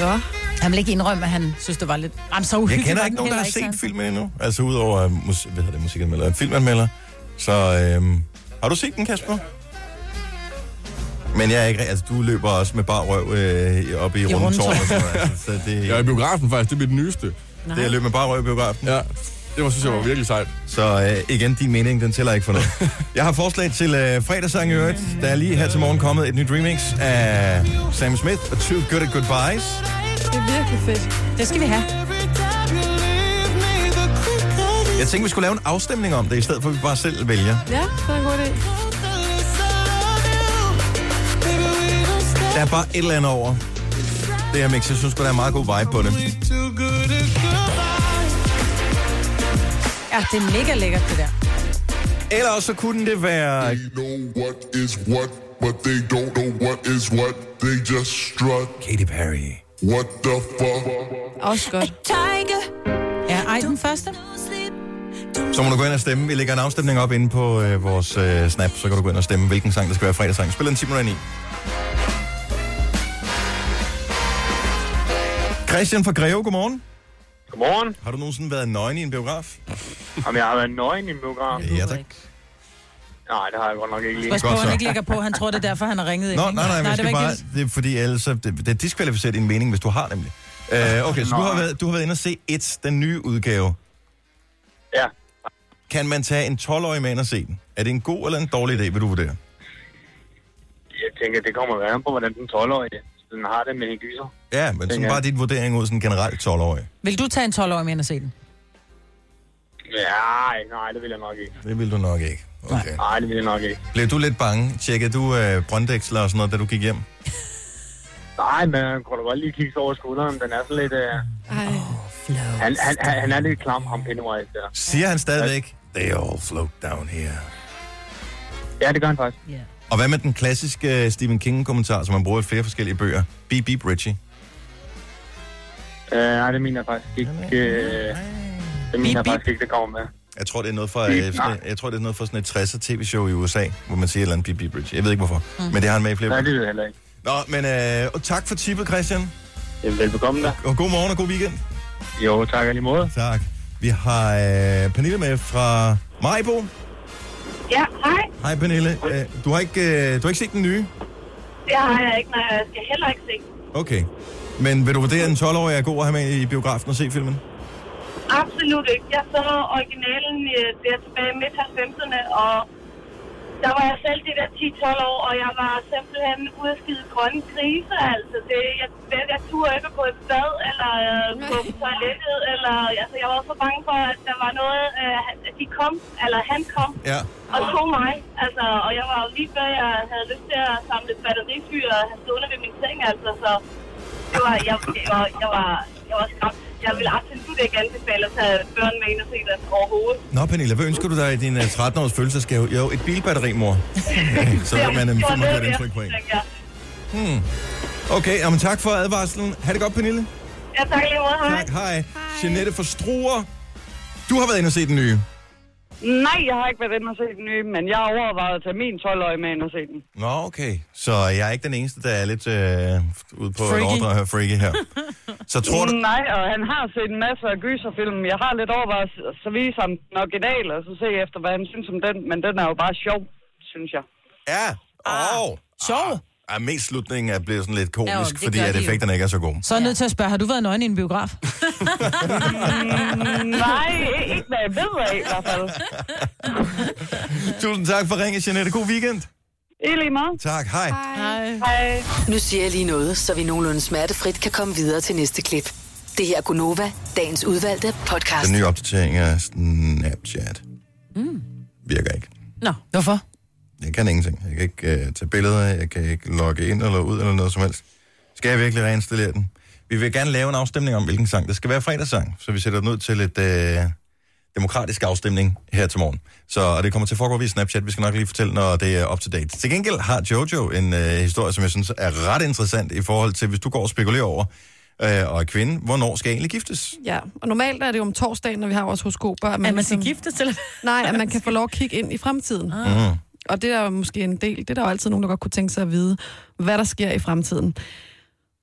S2: Nå.
S3: Han vil ikke indrømme, at han synes, det var lidt... Jamen, så uhyggeligt.
S1: Jeg kender
S3: var
S1: ikke
S3: den
S1: nogen, der har
S3: heller
S1: set
S3: ikke,
S1: filmen endnu. Altså udover øh, mus- hvad hedder det, musikanmelder, filmanmelder. Så øhm, har du set den, Kasper? Men jeg er ikke... Altså, du løber også med bar røv øh, op i, I rundetårnet.
S3: rundetårnet.
S1: Altså, så det,
S7: Jeg er i biografen faktisk, det bliver den nyeste.
S1: det er at løbe med bar røv i biografen.
S7: Ja, det var, synes jeg var virkelig sejt.
S1: Så øh, igen, din mening, den tæller ikke for noget. Jeg har forslag til øh, fredagssang i øvrigt. Der er lige her til morgen kommet et nyt remix af Sam Smith og Two Good at Goodbyes.
S2: Det er virkelig fedt.
S3: altså. Det skal vi have.
S1: Jeg tænkte, vi skulle lave en afstemning om det, i stedet for at vi bare selv vælger.
S2: Ja, det er en god idé.
S1: Der er bare et eller andet over det her mix. Jeg synes, sgu, der er en meget god vibe på det.
S3: Ja, det er mega lækkert, det der.
S1: Eller også så kunne det være...
S8: They know what is what, but they don't know what is what. They just strut.
S1: Katy Perry.
S8: What the fuck?
S2: Også godt.
S3: Ja, ej, den første.
S1: Så må du gå ind og stemme. Vi lægger en afstemning op inde på øh, vores øh, snap, så kan du gå ind og stemme, hvilken sang der skal være fredagssang. Spil den 10 minutter i. Christian fra Greve, godmorgen.
S9: Godmorgen.
S1: Har du nogensinde været nøgen i en biograf?
S9: Jamen, jeg har været nøgen i en biograf.
S1: Ja, tak.
S9: Nej, det har jeg godt nok ikke lige.
S3: Pas på,
S1: Godt så.
S3: han ikke lægger på. Han tror, det er derfor, han har ringet ind.
S1: Nå,
S3: ikke?
S1: nej, nej,
S3: nej
S1: vi
S3: det var
S1: skal
S3: ikke
S1: bare...
S3: det.
S1: Det er fordi, ellers så- det, det er diskvalificeret din mening, hvis du har nemlig. Øh, okay, så du har, været, du har været inde og se et den nye udgave.
S9: Ja.
S1: Kan man tage en 12-årig med ind og se den? Er det en god eller en dårlig idé, vil du vurdere?
S9: Jeg tænker, det kommer være på, hvordan den 12-årige den har det med en gyser.
S1: Ja, men sådan
S9: Ja.
S1: bare dit vurdering ud sådan generelt 12-årig.
S3: Vil du tage en 12-årig med ind og se den?
S9: Nej, nej, det vil jeg nok ikke.
S1: Det vil du nok ikke. Okay.
S9: Nej, det vil jeg nok ikke.
S1: Blev du lidt bange? Tjekkede du øh, brønddæksler og sådan noget, da du gik hjem?
S9: Nej, men han kunne da godt lige kigge sig over skulderen. Den er sådan lidt... Øh,
S2: Ej.
S9: han, han, han, han, er lidt klam, ham Pennywise der.
S1: Siger han stadigvæk, they all float down here.
S9: Ja, det gør han faktisk.
S1: Og hvad med den klassiske øh, Stephen King-kommentar, som man bruger i flere forskellige bøger? Beep, beep, Richie.
S9: Øh, nej, det mener jeg faktisk ikke. Øh, det mener jeg faktisk ikke, det kommer med.
S1: Jeg tror, det er noget fra,
S9: Beep,
S1: øh, sådan,
S9: nej.
S1: jeg tror, det er noget fra sådan et 60'er tv-show i USA, hvor man siger et eller andet beep, beep, Richie. Jeg ved ikke, hvorfor. Men det har han med i flere.
S9: Mm. Nej,
S1: bøger.
S9: det ved jeg heller ikke.
S1: Nå, men øh, og tak for tippet, Christian.
S9: Jamen, velbekomme da.
S1: Og god morgen og god weekend.
S9: Jo, tak og lige måde.
S1: Tak. Vi har øh, Pernille med fra Majbo.
S10: Ja, hej.
S1: Hej Pernille. Øh, du, har ikke, øh, du har ikke set den nye?
S10: Det har jeg ikke, men jeg skal heller ikke se.
S1: Okay. Men vil du vurdere, at en 12-årig er god at have med i biografen og se filmen?
S10: Absolut ikke. Jeg så originalen øh, der tilbage i midt-90'erne, og der var jeg selv de der 10-12 år, og jeg var simpelthen ude at skide grønne grise, altså. Det, jeg, jeg, jeg turde ikke gå i bad, eller øh, gå på toilettet, eller... Altså, jeg var så bange for, at der var noget, øh, at de kom, eller han kom,
S1: Ja.
S10: og tog mig. Altså, og jeg var jo lige før, jeg havde lyst til at samle batterifyr og have stående ved min seng, altså, så det var, jeg, jeg, var, jeg, var, jeg var skræmt. Jeg vil absolut ikke anbefale at tage børn med ind og se den overhovedet.
S1: Nå, Pernille, hvad ønsker du dig i din øh, 13-års fødselsdagsgave? Jo, et bilbatteri, mor. så ved man, at man får nok et indtryk på en.
S10: tænker jeg.
S1: Hmm. Okay, jamen, tak for advarslen. Ha' det godt, Pernille.
S10: Ja, tak lige måde. Hej.
S1: Tak, hej. hej. Jeanette fra Struer. Du har været inde og set den nye.
S11: Nej, jeg har ikke været inde og se den nye, men jeg har overvejet at tage min 12-årige med ind og se den.
S1: Nå, okay. Så jeg er ikke den eneste, der er lidt øh, ude på
S11: Freaky.
S1: freaky. et overdrev freaky her. Så tror du...
S11: Nej, og han har set en masse af gyserfilm. Jeg har lidt overvejet at så vise ham den originale, og så se efter, hvad han synes om den. Men den er jo bare sjov, synes jeg.
S1: Ja, og...
S3: Sjov!
S1: Ah, ah, mest slutningen er blevet sådan lidt
S3: Ja,
S1: komisk,
S3: jo,
S1: ja,
S3: det
S1: fordi
S3: gør
S1: at
S3: de jo.
S1: effekterne ikke er så gode.
S3: Så er jeg nødt til at spørge, har du været nøgen i en biograf?
S11: Mm, Nej, ikke hvad jeg ved af i hvert fald.
S1: Tusind tak for ringen, Jeanette. God weekend.
S11: I lige meget.
S1: Tak, hej.
S11: Hej.
S5: Nu siger jeg lige noget, så vi nogenlunde smertefrit kan komme videre til næste klip. Det her er Gunova, dagens udvalgte podcast.
S1: Den nye opdatering af Snapchat
S5: Mm.
S1: virker ikke.
S4: Nå,
S3: hvorfor?
S1: Jeg kan ingenting. Jeg kan ikke øh, tage billeder, jeg kan ikke logge ind eller ud eller noget som helst. Skal jeg virkelig reinstallere den? Vi vil gerne lave en afstemning om, hvilken sang det skal være fredagssang, så vi sætter den ud til et øh, demokratisk afstemning her til morgen. Så og det kommer til at foregå via Snapchat. Vi skal nok lige fortælle, når det er up to date. Til gengæld har Jojo en øh, historie, som jeg synes er ret interessant i forhold til, hvis du går og spekulerer over, øh, og er kvinde, hvornår skal jeg egentlig giftes?
S2: Ja, og normalt er det jo om torsdagen, når vi har vores horoskoper. At ligesom-
S4: man skal giftes til?
S2: Nej, at man kan få lov at kigge ind i fremtiden.
S1: Ah. Mm.
S2: Og det er jo måske en del. Det er der jo altid nogen, der godt kunne tænke sig at vide, hvad der sker i fremtiden.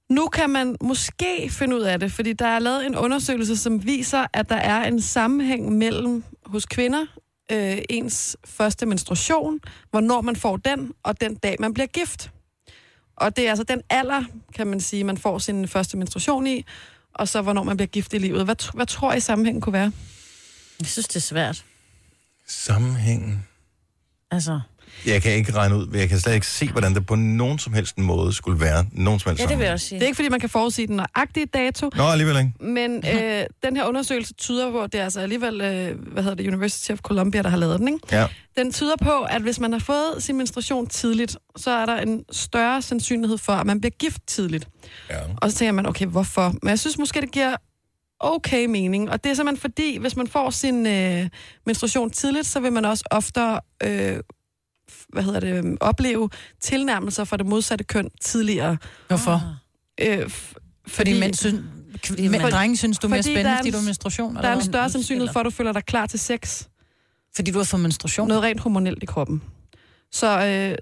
S2: Nu kan man måske finde ud af det, fordi der er lavet en undersøgelse, som viser, at der er en sammenhæng mellem hos kvinder, øh, ens første menstruation, hvornår man får den, og den dag, man bliver gift. Og det er altså den alder, kan man sige, man får sin første menstruation i, og så hvornår man bliver gift i livet. Hvad, tr- hvad tror I sammenhængen kunne være?
S4: Jeg synes, det er svært.
S1: Sammenhængen.
S4: Altså.
S1: Jeg kan ikke regne ud, jeg kan slet ikke se, hvordan det på nogen som helst måde skulle være. Nogen som helst sammenhæng.
S2: Det er ikke, fordi man kan forudsige den nøjagtige dato.
S1: Altså. Nå, alligevel ikke.
S2: Men
S4: Mhm.
S2: øh, den her undersøgelse tyder på, at det er altså alligevel, øh, hvad hedder det, University of Columbia, der har lavet den, ikke?
S1: Ja.
S2: Den tyder på, at hvis man har fået sin menstruation tidligt, så er der en større sandsynlighed for, at man bliver gift tidligt.
S1: Ja.
S2: Og så tænker man, okay, hvorfor? Men jeg synes måske, det giver okay mening. Og det er simpelthen fordi, hvis man får sin øh, menstruation tidligt, så vil man også oftere øh, f- hvad hedder det, øh, opleve tilnærmelser fra det modsatte køn tidligere.
S3: Hvorfor?
S2: Øh, f-
S3: Fordi mænd synes- kv- mænd- drenge synes, du er mere spændende, fordi du har menstruation,
S2: Der
S3: eller
S2: er en
S3: hvad?
S2: større sandsynlighed for, at du føler dig klar til sex.
S3: Fordi du har fået menstruation?
S2: Noget rent hormonelt i kroppen. Så, øh,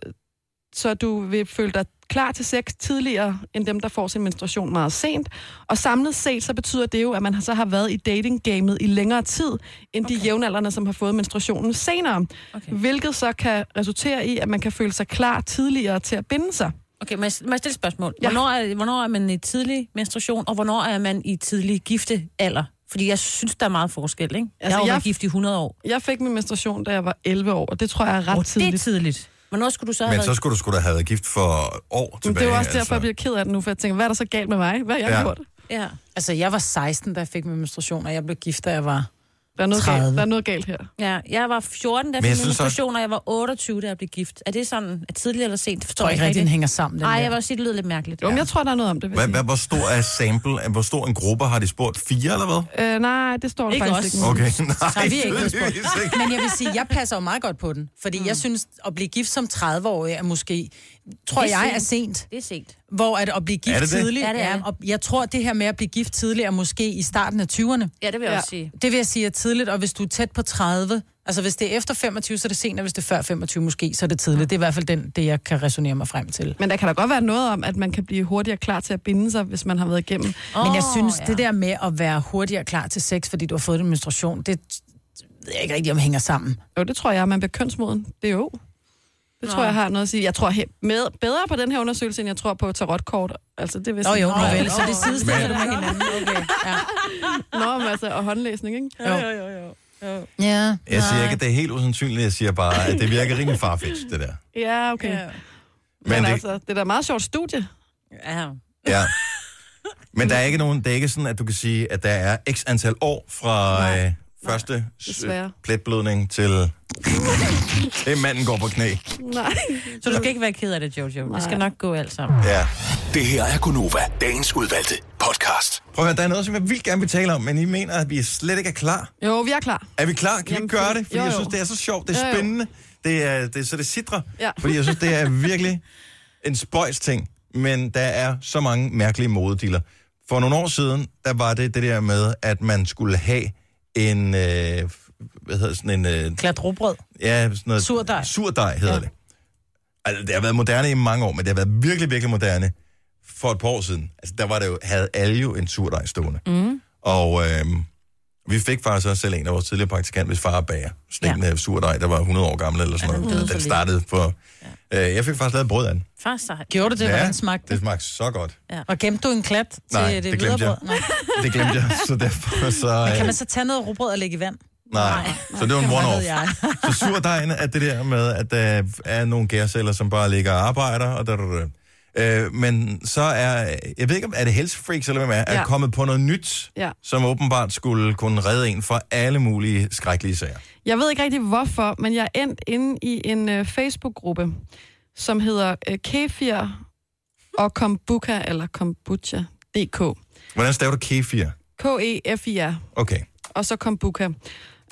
S2: så du vil føle dig klar til sex tidligere, end dem, der får sin menstruation meget sent. Og samlet set, så betyder det jo, at man har- så har været i datinggamet i længere tid, end okay. de jævnaldrende, som har fået menstruationen senere. Okay. Hvilket så kan resultere i, at man kan føle sig klar tidligere til at binde sig.
S4: Okay, må jeg, må jeg stille et spørgsmål? Ja. Hvornår, er, hvornår er man i tidlig menstruation, og hvornår er man i tidlig giftealder? Fordi jeg synes, der er meget forskel, ikke? Altså, jeg har jo været gift i 100 år.
S2: Jeg fik min menstruation, da jeg var 11 år, og det tror jeg er ret oh, tidligt. det er
S4: tidligt. Hvornår skulle du så
S1: Men så skulle du skulle da have været gift for år tilbage.
S2: Men det er jo også derfor, altså. jeg bliver ked af det nu, for jeg tænker, hvad er der så galt med mig? Hvad har jeg
S1: Ja.
S2: ja. gjort?
S4: Ja.
S3: Altså, jeg var 16, da jeg fik min menstruation, og jeg blev gift, da jeg var
S2: der er noget
S3: 30.
S2: galt. Der er noget galt her.
S4: Ja, jeg var 14, da jeg
S3: Men jeg
S4: fik min
S3: synes også-
S4: menstruation, og jeg var 28, da jeg blev gift. Er det sådan, at tidligt eller sent? Det
S3: Jeg tror ikke rigtig, den hænger sammen, den
S4: Nej,
S3: der.
S4: jeg vil også sige, det lyder lidt mærkeligt.
S2: Jo, men jeg tror, der er noget om det. vil
S1: Hvad,
S2: jeg
S1: hvad, hvor stor er sample? Hvor stor en gruppe har de spurgt? Fire eller hvad?
S2: sige. Øh, nej, det står der
S3: Ikke os.
S2: faktisk ikke.
S1: Okay,
S3: Så
S1: nej.
S3: har vi ikke noget
S1: tydeligvis
S3: spurgt.
S1: ikke.
S3: Men jeg vil sige, jeg passer jo meget godt på den. Fordi mm. jeg synes, at blive gift som 30-årig er måske, tror
S4: Det er
S3: jeg, er
S4: sent.
S3: sent.
S4: Det er sent.
S3: Hvor at, at blive gift
S4: Er det det?
S3: tidligt,
S4: Ja, det er
S3: ja,
S4: det.
S3: og jeg tror, det her med at blive gift tidligt er måske i starten af 20'erne.
S4: Ja, det vil jeg også sige.
S3: Det vil jeg sige er tidligt, og hvis du er tæt på 30, altså hvis det er efter 25, så er det sent, og hvis det er før 25 måske, så er det tidligt. Det er i hvert fald den, det, jeg kan resonere mig frem til.
S2: Men der kan da godt være noget om, at man kan blive hurtigere klar til at binde sig, hvis man har været igennem.
S3: Men jeg synes, ja. det der med at være hurtigere klar til sex, fordi du har fået din menstruation, det ved jeg ikke rigtig, om hænger sammen.
S2: Jo, det tror jeg, at man bliver kønsmoden. Det er jo. Det tror
S3: Nå.
S2: jeg har noget at sige. Jeg tror he- med, bedre på den her undersøgelse, end jeg tror på tarotkort. Altså, det vil
S3: Nå jo, nå vel,
S2: Nå,
S3: så det sidestiller du med hinanden. Okay. Ja.
S2: Nå, men altså, og håndlæsning, ikke?
S3: Jo. Jo,
S2: jo, jo. jo.
S3: Ja.
S1: Jeg siger ikke, at det er helt usandsynligt. Jeg siger bare, at det virker rimelig farfetched, det der.
S2: Ja, okay. Ja. Men,
S1: Men
S2: men
S1: det-
S2: det... altså, det er da et meget sjovt studie.
S4: Ja.
S1: Ja. Men der er ikke nogen, det er ikke sådan, at du kan sige, at der er x antal år fra, øh, første s-
S2: desværre.
S1: pletblødning til... det manden går på knæ.
S2: Nej.
S4: Så du skal ikke være ked af det, Jojo. Det skal nok gå alt sammen.
S1: Ja.
S6: Det her er Gunova, dagens udvalgte podcast.
S1: Prøv at høre, der er noget, som jeg vildt gerne vil tale om, men I mener, at vi slet ikke er klar.
S2: Jo, vi er klar.
S1: Er vi klar? Kan
S2: Jamen,
S1: vi gøre
S2: fint.
S1: det? Fordi
S2: Jo,
S1: jeg
S2: jo.
S1: synes, det er så sjovt. Det er
S2: Jo, jo.
S1: spændende. Det er, det, er- så det sidder.
S2: Ja.
S1: Fordi jeg synes, det er virkelig en spøjs ting. Men der er så mange mærkelige modedealer. For nogle år siden, der var det det der med, at man skulle have en... Øh, hvad hedder sådan en... Øh,
S4: Klat robrød.
S1: Ja, sådan noget...
S4: Surdej.
S1: Surdej hedder ja. det. Altså, det har været moderne i mange år, men det har været virkelig, virkelig moderne for et par år siden. Altså, der var det jo, havde alle jo en surdej stående.
S12: Mm.
S1: Og øh, vi fik faktisk også selv en af vores tidligere praktikant, hvis far er bager. Sådan ja. en uh, surdej, der var 100 år gammel eller sådan
S4: den
S1: noget.
S4: døde
S1: Den,
S4: for lidt.
S1: startede for... Ja. Øh, jeg fik faktisk lavet brød af den.
S4: Far sej.
S3: Gjorde du det? Hvordan smagte
S1: det? smagte så godt.
S4: Ja.
S3: Og gemte du en klat til
S1: Nej,
S3: det,
S1: det
S3: det
S1: glemte
S3: videre brød?
S1: jeg. Det glemte jeg, så derfor så...
S3: Men
S1: Øh,
S3: kan man så tage noget rugbrød og lægge i vand?
S1: nej, så det var en
S3: Hvad ved
S1: one-off.
S3: jeg?
S1: Så surdejen er det der med, at der er nogle gærceller, som bare ligger og arbejder, og der, der, der. Øh, men så er, jeg ved ikke, om er det Health Freaks, eller hvem er, ja.
S2: Ja.
S1: er kommet på noget nyt,
S2: Ja.
S1: som åbenbart skulle kunne redde en fra alle mulige skrækkelige sager.
S2: Jeg ved ikke rigtig hvorfor, men jeg er endt inde i en øh, Facebook-gruppe, som hedder øh, Kefir og Kombuka, eller Kombucha, DK.
S1: Hvordan staver du kefir?
S2: K-E-F-I-R,
S1: Okay.
S2: og så Kombuka.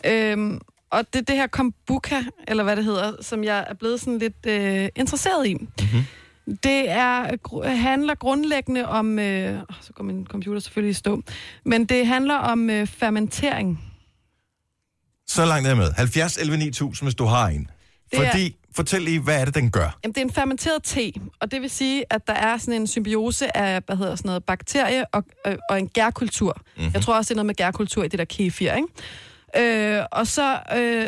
S2: Øhm, og det er det her Kombuka, eller hvad det hedder, som jeg er blevet sådan lidt øh, interesseret i. Mm-hmm. Det er, gru- handler grundlæggende om... Øh, åh, så går min computer selvfølgelig i stå. Men det handler om øh, fermentering.
S1: Så langt er med. 70 11 9000, hvis du har en.
S2: Det er-
S1: Fordi, fortæl lige, hvad er det, den gør?
S2: Jamen, det er en fermenteret te, og det vil sige, at der er sådan en symbiose af, hvad hedder sådan noget, bakterie og, øh, og en gærkultur. Mm-hmm. Jeg tror også, det er noget med gærkultur i det der kefir, ikke? Øh, og så øh,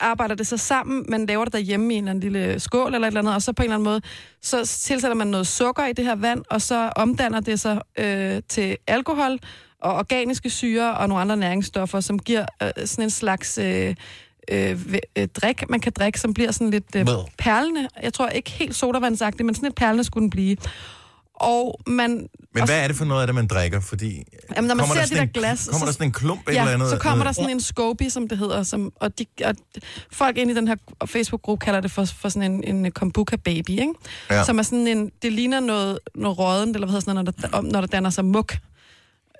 S2: arbejder det så sammen, man laver det derhjemme i en eller anden lille skål eller et eller andet, og så på en eller anden måde, så tilsætter man noget sukker i det her vand, og så omdanner det sig øh, til alkohol og organiske syre og nogle andre næringsstoffer, som giver øh, sådan en slags... Øh, øh, væ- øh, drik, man kan drikke, som bliver sådan lidt øh,
S13: Hvad?
S2: perlende. Jeg tror ikke helt sodavandsagtigt, men sådan lidt perlende skulle den blive. Og man...
S1: Men
S2: og-
S1: hvad er det for noget af det, man drikker? Fordi
S2: Jamen, når
S1: kommer
S2: man ser
S1: der
S2: det
S1: sådan
S2: der
S1: en-
S2: glas...
S1: Kommer der sådan en klump
S2: ja,
S1: et eller andet? øh,
S2: så kommer der sådan en scoby, som det hedder, som, og, de, og folk inde i den her Facebook-gruppe kalder det for, for sådan en, en øh, kombucha baby, ikke?
S1: Ja.
S2: Som er sådan en... Det ligner noget, noget rådent, eller hvad hedder sådan noget, når der, om- når der danner sig muk.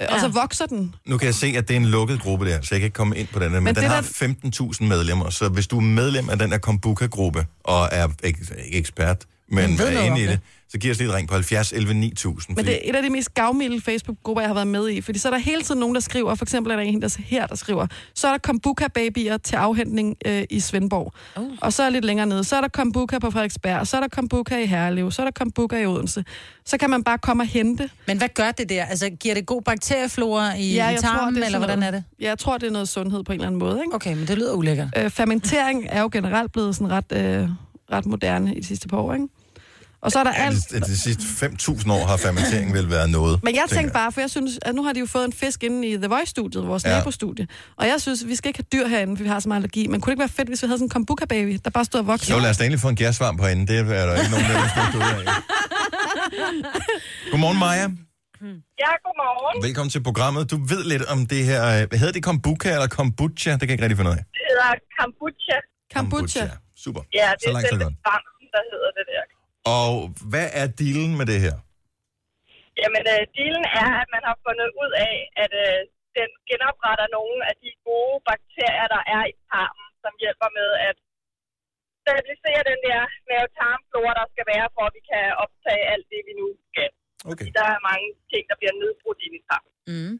S2: Ja. Og så vokser den.
S1: Nu kan jeg se, at det er en lukket gruppe der, så jeg kan ikke komme ind på den her, men, men
S2: Men
S1: den
S2: det
S1: har
S2: der-
S1: 15.000 medlemmer, så hvis du er medlem af den her Kombuka-gruppe, og er ikke, ikke ekspert, men
S2: Men ved
S1: er
S2: noget om
S1: inde i det,
S2: det.
S1: så giver os lige et ring på 70 11 9000.
S2: Men det er et af de mest gavmilde Facebook-grupper, jeg har været med i. Fordi så er der hele tiden nogen, der skriver. For eksempel er der en der her, der skriver. Så er der kombuka-babyer til afhentning øh, i Svendborg. Oh. Og så er lidt længere nede. Så er der kombuka på Frederiksberg. Og så er der kombuka i Herlev. Så er der kombuka i Odense. Så kan man bare komme og hente.
S3: Men hvad gør det der? Altså, giver det god bakterieflora i ja,
S2: jeg tror,
S3: tarmen,
S2: det
S3: eller
S2: sådan
S3: hvordan
S2: noget-
S3: er det?
S2: Ja, jeg tror, det er noget sundhed på en eller anden måde. Ikke?
S3: Okay, men det lyder ulækkert.
S2: Øh, fermentering er jo generelt blevet sådan ret, øh, ret moderne i de sidste par år. Ikke? Og så er der
S1: Ja,
S2: alt...
S1: de, de sidste 5.000 år har fermentering vel været noget.
S2: Men jeg
S1: tænker
S2: tænkte bare, for jeg synes, at nu har de jo fået en fisk inde i The Voice-studiet, vores
S1: Ja.
S2: ja. nabostudie. Og jeg synes, vi skal ikke have dyr herinde, for vi har så meget allergi. Men kunne det ikke være fedt, hvis vi havde sådan en kombuka-baby, der bare stod og voksede?
S1: Så lad os da endelig få en gærsvamp herinde. Det er der ikke nogen, der vil stå ud af. Godmorgen, Maja.
S10: Ja, godmorgen.
S1: Velkommen til programmet. Du ved lidt om det her. øh, Hvad hedder det? Kombuka eller kombucha? Det kan jeg ikke rigtig finde ud af.
S10: Det hedder kombucha.
S1: Kombucha. Super.
S10: Ja, det
S1: så
S10: er
S1: langt, så
S10: selve
S1: godt.
S10: svampen, der hedder det der.
S1: Og hvad er dealen med det her?
S10: Jamen, øh, dealen er, at man har fundet ud af, at øh, den genopretter nogle af de gode bakterier, der er i tarmen, som hjælper med at stabilisere den der mavetarmflora, der skal være, for at vi kan optage alt det, vi nu skal.
S1: Okay.
S10: Fordi der er mange ting, der bliver nedbrudt ind i tarmen.
S3: Mm.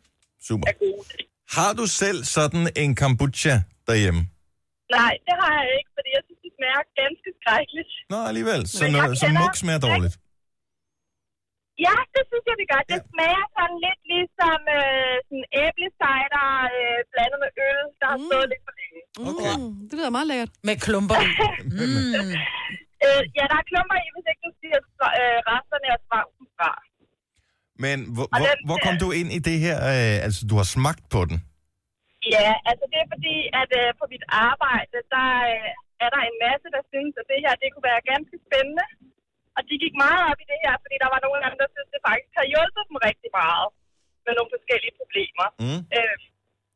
S1: Super.
S10: Er gode ting.
S1: Har du selv sådan en kombucha derhjemme?
S10: Nej, det har jeg ikke, fordi jeg synes, det smager ganske skrækkeligt.
S1: Nå, alligevel. Så,
S10: Men jeg
S1: noget, så
S10: kender-
S1: muk smager dårligt.
S10: Ja, det synes jeg, det gør. Det smager sådan lidt ligesom øh, sådan æblecider øh, blandet med øl, der har stået lidt for længe.
S2: Okay. Mm, det lyder meget lækkert.
S3: Med klumper i.
S10: Mm. øh, ja, der er klumper i, hvis ikke du siger øh, resterne af svampen fra.
S1: Men hvor,
S10: Og
S1: hvor,
S10: den-
S1: hvor kom du ind i det her? Øh, altså, du har smagt på den.
S10: Ja, altså det er fordi, at øh, på mit arbejde, der øh, er der en masse, der synes, at det her det kunne være ganske spændende. Og de gik meget op i det her, fordi der var nogle andre, der synes, det faktisk har hjulpet dem rigtig meget med nogle forskellige problemer.
S1: Mm.
S10: Øh,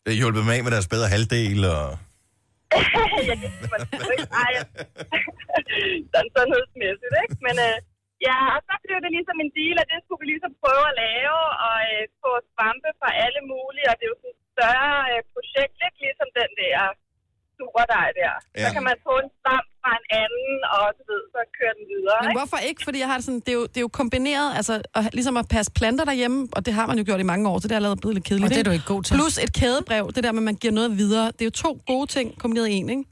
S1: Det har hjulpet dem af med deres bedre halvdel, og...
S10: ja, det kan man jo ikke. Ej, sådan sundhedsmæssigt, ikke? Men øh, ja, og så blev det ligesom en deal, at det skulle vi ligesom prøve at lave, og øh, få svampe fra alle mulige, og det er jo sådan et større øh, projekt, lidt ligesom den der superdej der. Ja. Så
S2: Ja.
S10: kan man få en svamp fra en anden, og du ved, så kører den videre,
S2: Men hvorfor ikke? Fordi jeg har det sådan, det er jo, det er jo kombineret, altså at, ligesom at passe planter derhjemme, og det har man jo gjort i mange år, så det er allerede blevet lidt kedeligt.
S3: Og det er du ikke god til.
S2: Plus et kædebrev, det der med, at man giver noget videre. Det er jo to gode ting kombineret i en, ikke?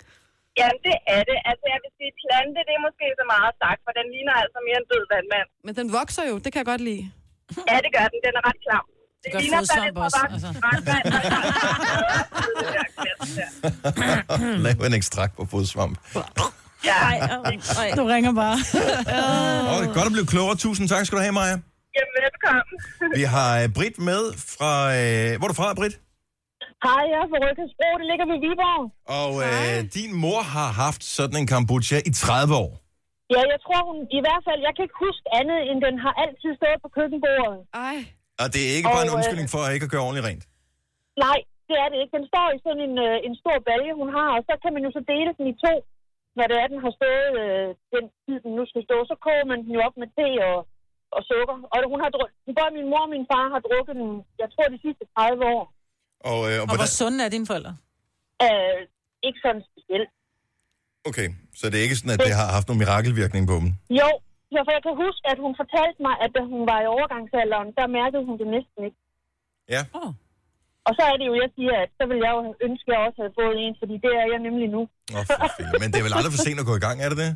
S10: Jamen, det er det. Altså, jeg vil sige, plante, det er måske så meget sagt, for den ligner altså mere en død vandmand.
S2: Men den vokser jo, det kan jeg godt lide.
S10: Ja, det gør den. Den er ret klam. Det
S2: gør
S10: ligner sådan
S2: fodsvamp
S10: et
S2: også,
S10: forvagt-
S2: altså.
S10: vandmand, der er
S1: Lave en ekstrakt på fodsvamp.
S10: Ja.
S3: Du ringer bare.
S1: Åh, det er godt at blive klogere. Tusind tak skal du have, Maja.
S10: Jamen, velkommen.
S1: Vi har øh, Britt med fra... Øh, hvor er du fra, Britt?
S12: Hej, jeg er fra Rødkærsbro. Det ligger ved Viborg.
S1: Og øh, din mor har haft sådan en kombucha i 30 år.
S12: Ja, jeg tror, hun... I hvert fald, jeg kan ikke huske andet, end den har altid stået på køkkenbordet.
S2: Ej.
S1: Og det er ikke bare en
S12: Og, øh,
S1: undskyldning for at ikke at gøre ordentligt rent.
S12: Nej, det er det ikke. Den står i sådan en, øh, en stor balje, hun har, og så kan man jo så dele den i to, når det er, den har stået øh, den tid, den nu skal stå. Så koger man den jo op med te og, og sukker. Og hun har drukket... Både min mor og min far har drukket den, jeg tror, de sidste 30 år.
S1: Og, øh, og
S3: Og hvor
S1: hvordan,
S3: sunde er dine forældre?
S12: Øh, ikke sådan specielt.
S1: okay, så det er ikke sådan, at det har haft nogen mirakelvirkning på dem.
S12: Jo, ja, for jeg kan huske, at hun fortalte mig, at da hun var i overgangsalderen, der mærkede hun det næsten ikke.
S1: Ja.
S3: Oh.
S12: Og så er det jo, jeg siger, at så vil jeg jo ønske, at jeg også havde fået en, fordi det er jeg nemlig nu.
S1: Åh, for fanden. Men det er vel aldrig for sent at gå i gang, er det det?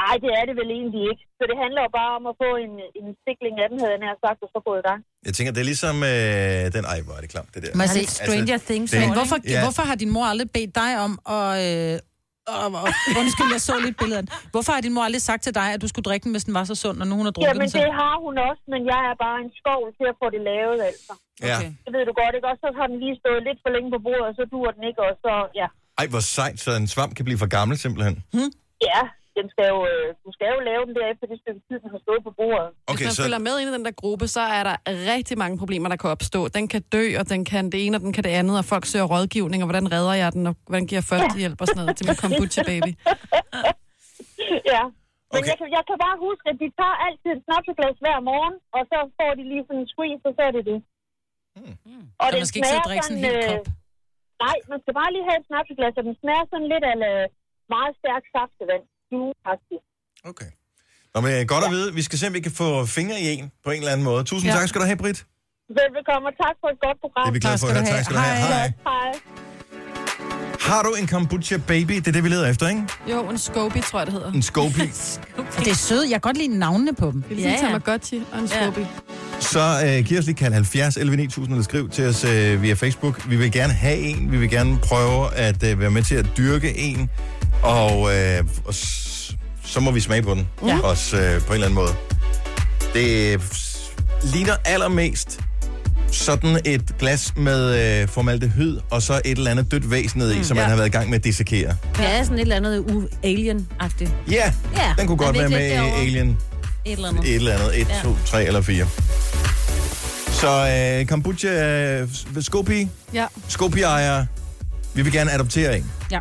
S12: Nej, det er det vel egentlig ikke. Så det handler jo bare om at få en, en stikling af den, havde jeg nær sagt, og så gå i gang.
S1: Jeg tænker, det er ligesom... Øh, den, ej, hvor er det klamt, det der. Altså,
S3: Man siger Stranger Things.
S1: det-
S3: Men hvorfor,
S1: Ja.
S3: hvorfor har din mor aldrig bedt dig om at... Øh, og, og, undskyld, jeg så lidt billederne. Hvorfor har din mor aldrig sagt til dig, at du skulle drikke den, hvis den var så sund, og nu hun har drukket
S12: Jamen,
S3: den?
S12: det har hun også, men jeg er bare en skovl til at få det lavet, altså.
S1: Ja.
S12: Det ved du godt, ikke? Og så har den lige stået lidt for længe på bordet, og så dur den ikke, og så, ja.
S1: Ej, hvor sejt, så en svamp kan blive for gammel simpelthen.
S12: Ja, den skal jo, øh, du skal jo lave den derefter det stykke tid, den har stået på bordet.
S2: Hvis man
S1: så-
S2: så... følger med ind i den der gruppe, så er der rigtig mange problemer, der kan opstå. Den kan dø, og den kan det ene, og den kan det andet, og folk søger rådgivning, og hvordan redder jeg den, og hvordan giver jeg førstehjælp og sådan noget til min kombucha baby.
S12: ja. Men okay. jeg, kan, jeg kan bare huske, at de tager altid et snapseglas hver morgen, og så får de lige sådan en squeeze, og så er det det. Mm. Og
S3: Så man skal ikke sidde og drikke sådan en hel kop?
S12: øh, Nej, man skal bare lige have et snapseglas, og den smager sådan lidt af øh, meget stærk saftevand. Mm, faktisk.
S1: Nå, men øh, godt at vide, vi skal se, om vi kan få fingre i en på en eller anden måde. Tusind ja.
S12: Ja.
S1: tak skal du have, Britt.
S12: Velbekomme, og tak for et godt program.
S1: Det er vi glade for at høre. Tak skal du have. Hej.
S12: Hej.
S1: Har du en kombucha baby? Det er det, vi leder efter, ikke?
S2: Jo, en Scoby, tror jeg, det hedder.
S1: En Scoby.
S3: Og det er sødt. Jeg kan godt lide navnene på dem.
S2: Det er ligesom ja, ja. Tamagotchi og en Scoby. Ja.
S1: Så øh, giv os lige kald 70 11 9000, eller skriv til os øh, via Facebook. Vi vil gerne have en. Vi vil gerne prøve at øh, være med til at dyrke en. Og, øh, og s- så må vi smage på den.
S13: Ja.
S1: Også øh, på en eller anden måde. Det øh, s- ligner allermest sådan et glas med øh, formaldehyd, og så et eller andet dødt væsen ned i, mm, som man
S4: ja.
S1: har været i gang med at dissekere.
S4: Ja, sådan et eller andet u- alien-agtigt.
S1: Ja,
S4: Ja,
S1: den kunne godt
S4: er
S1: være med
S4: virkelig
S1: i
S4: derovre.
S1: Alien
S4: Et eller andet.
S1: et eller andet. Et,
S4: Ja.
S1: ja. to, tre eller fire. Så øh, kombucha, øh, skopi,
S2: ja.
S1: skopi ejer, vi vil gerne adoptere en.
S3: Ja.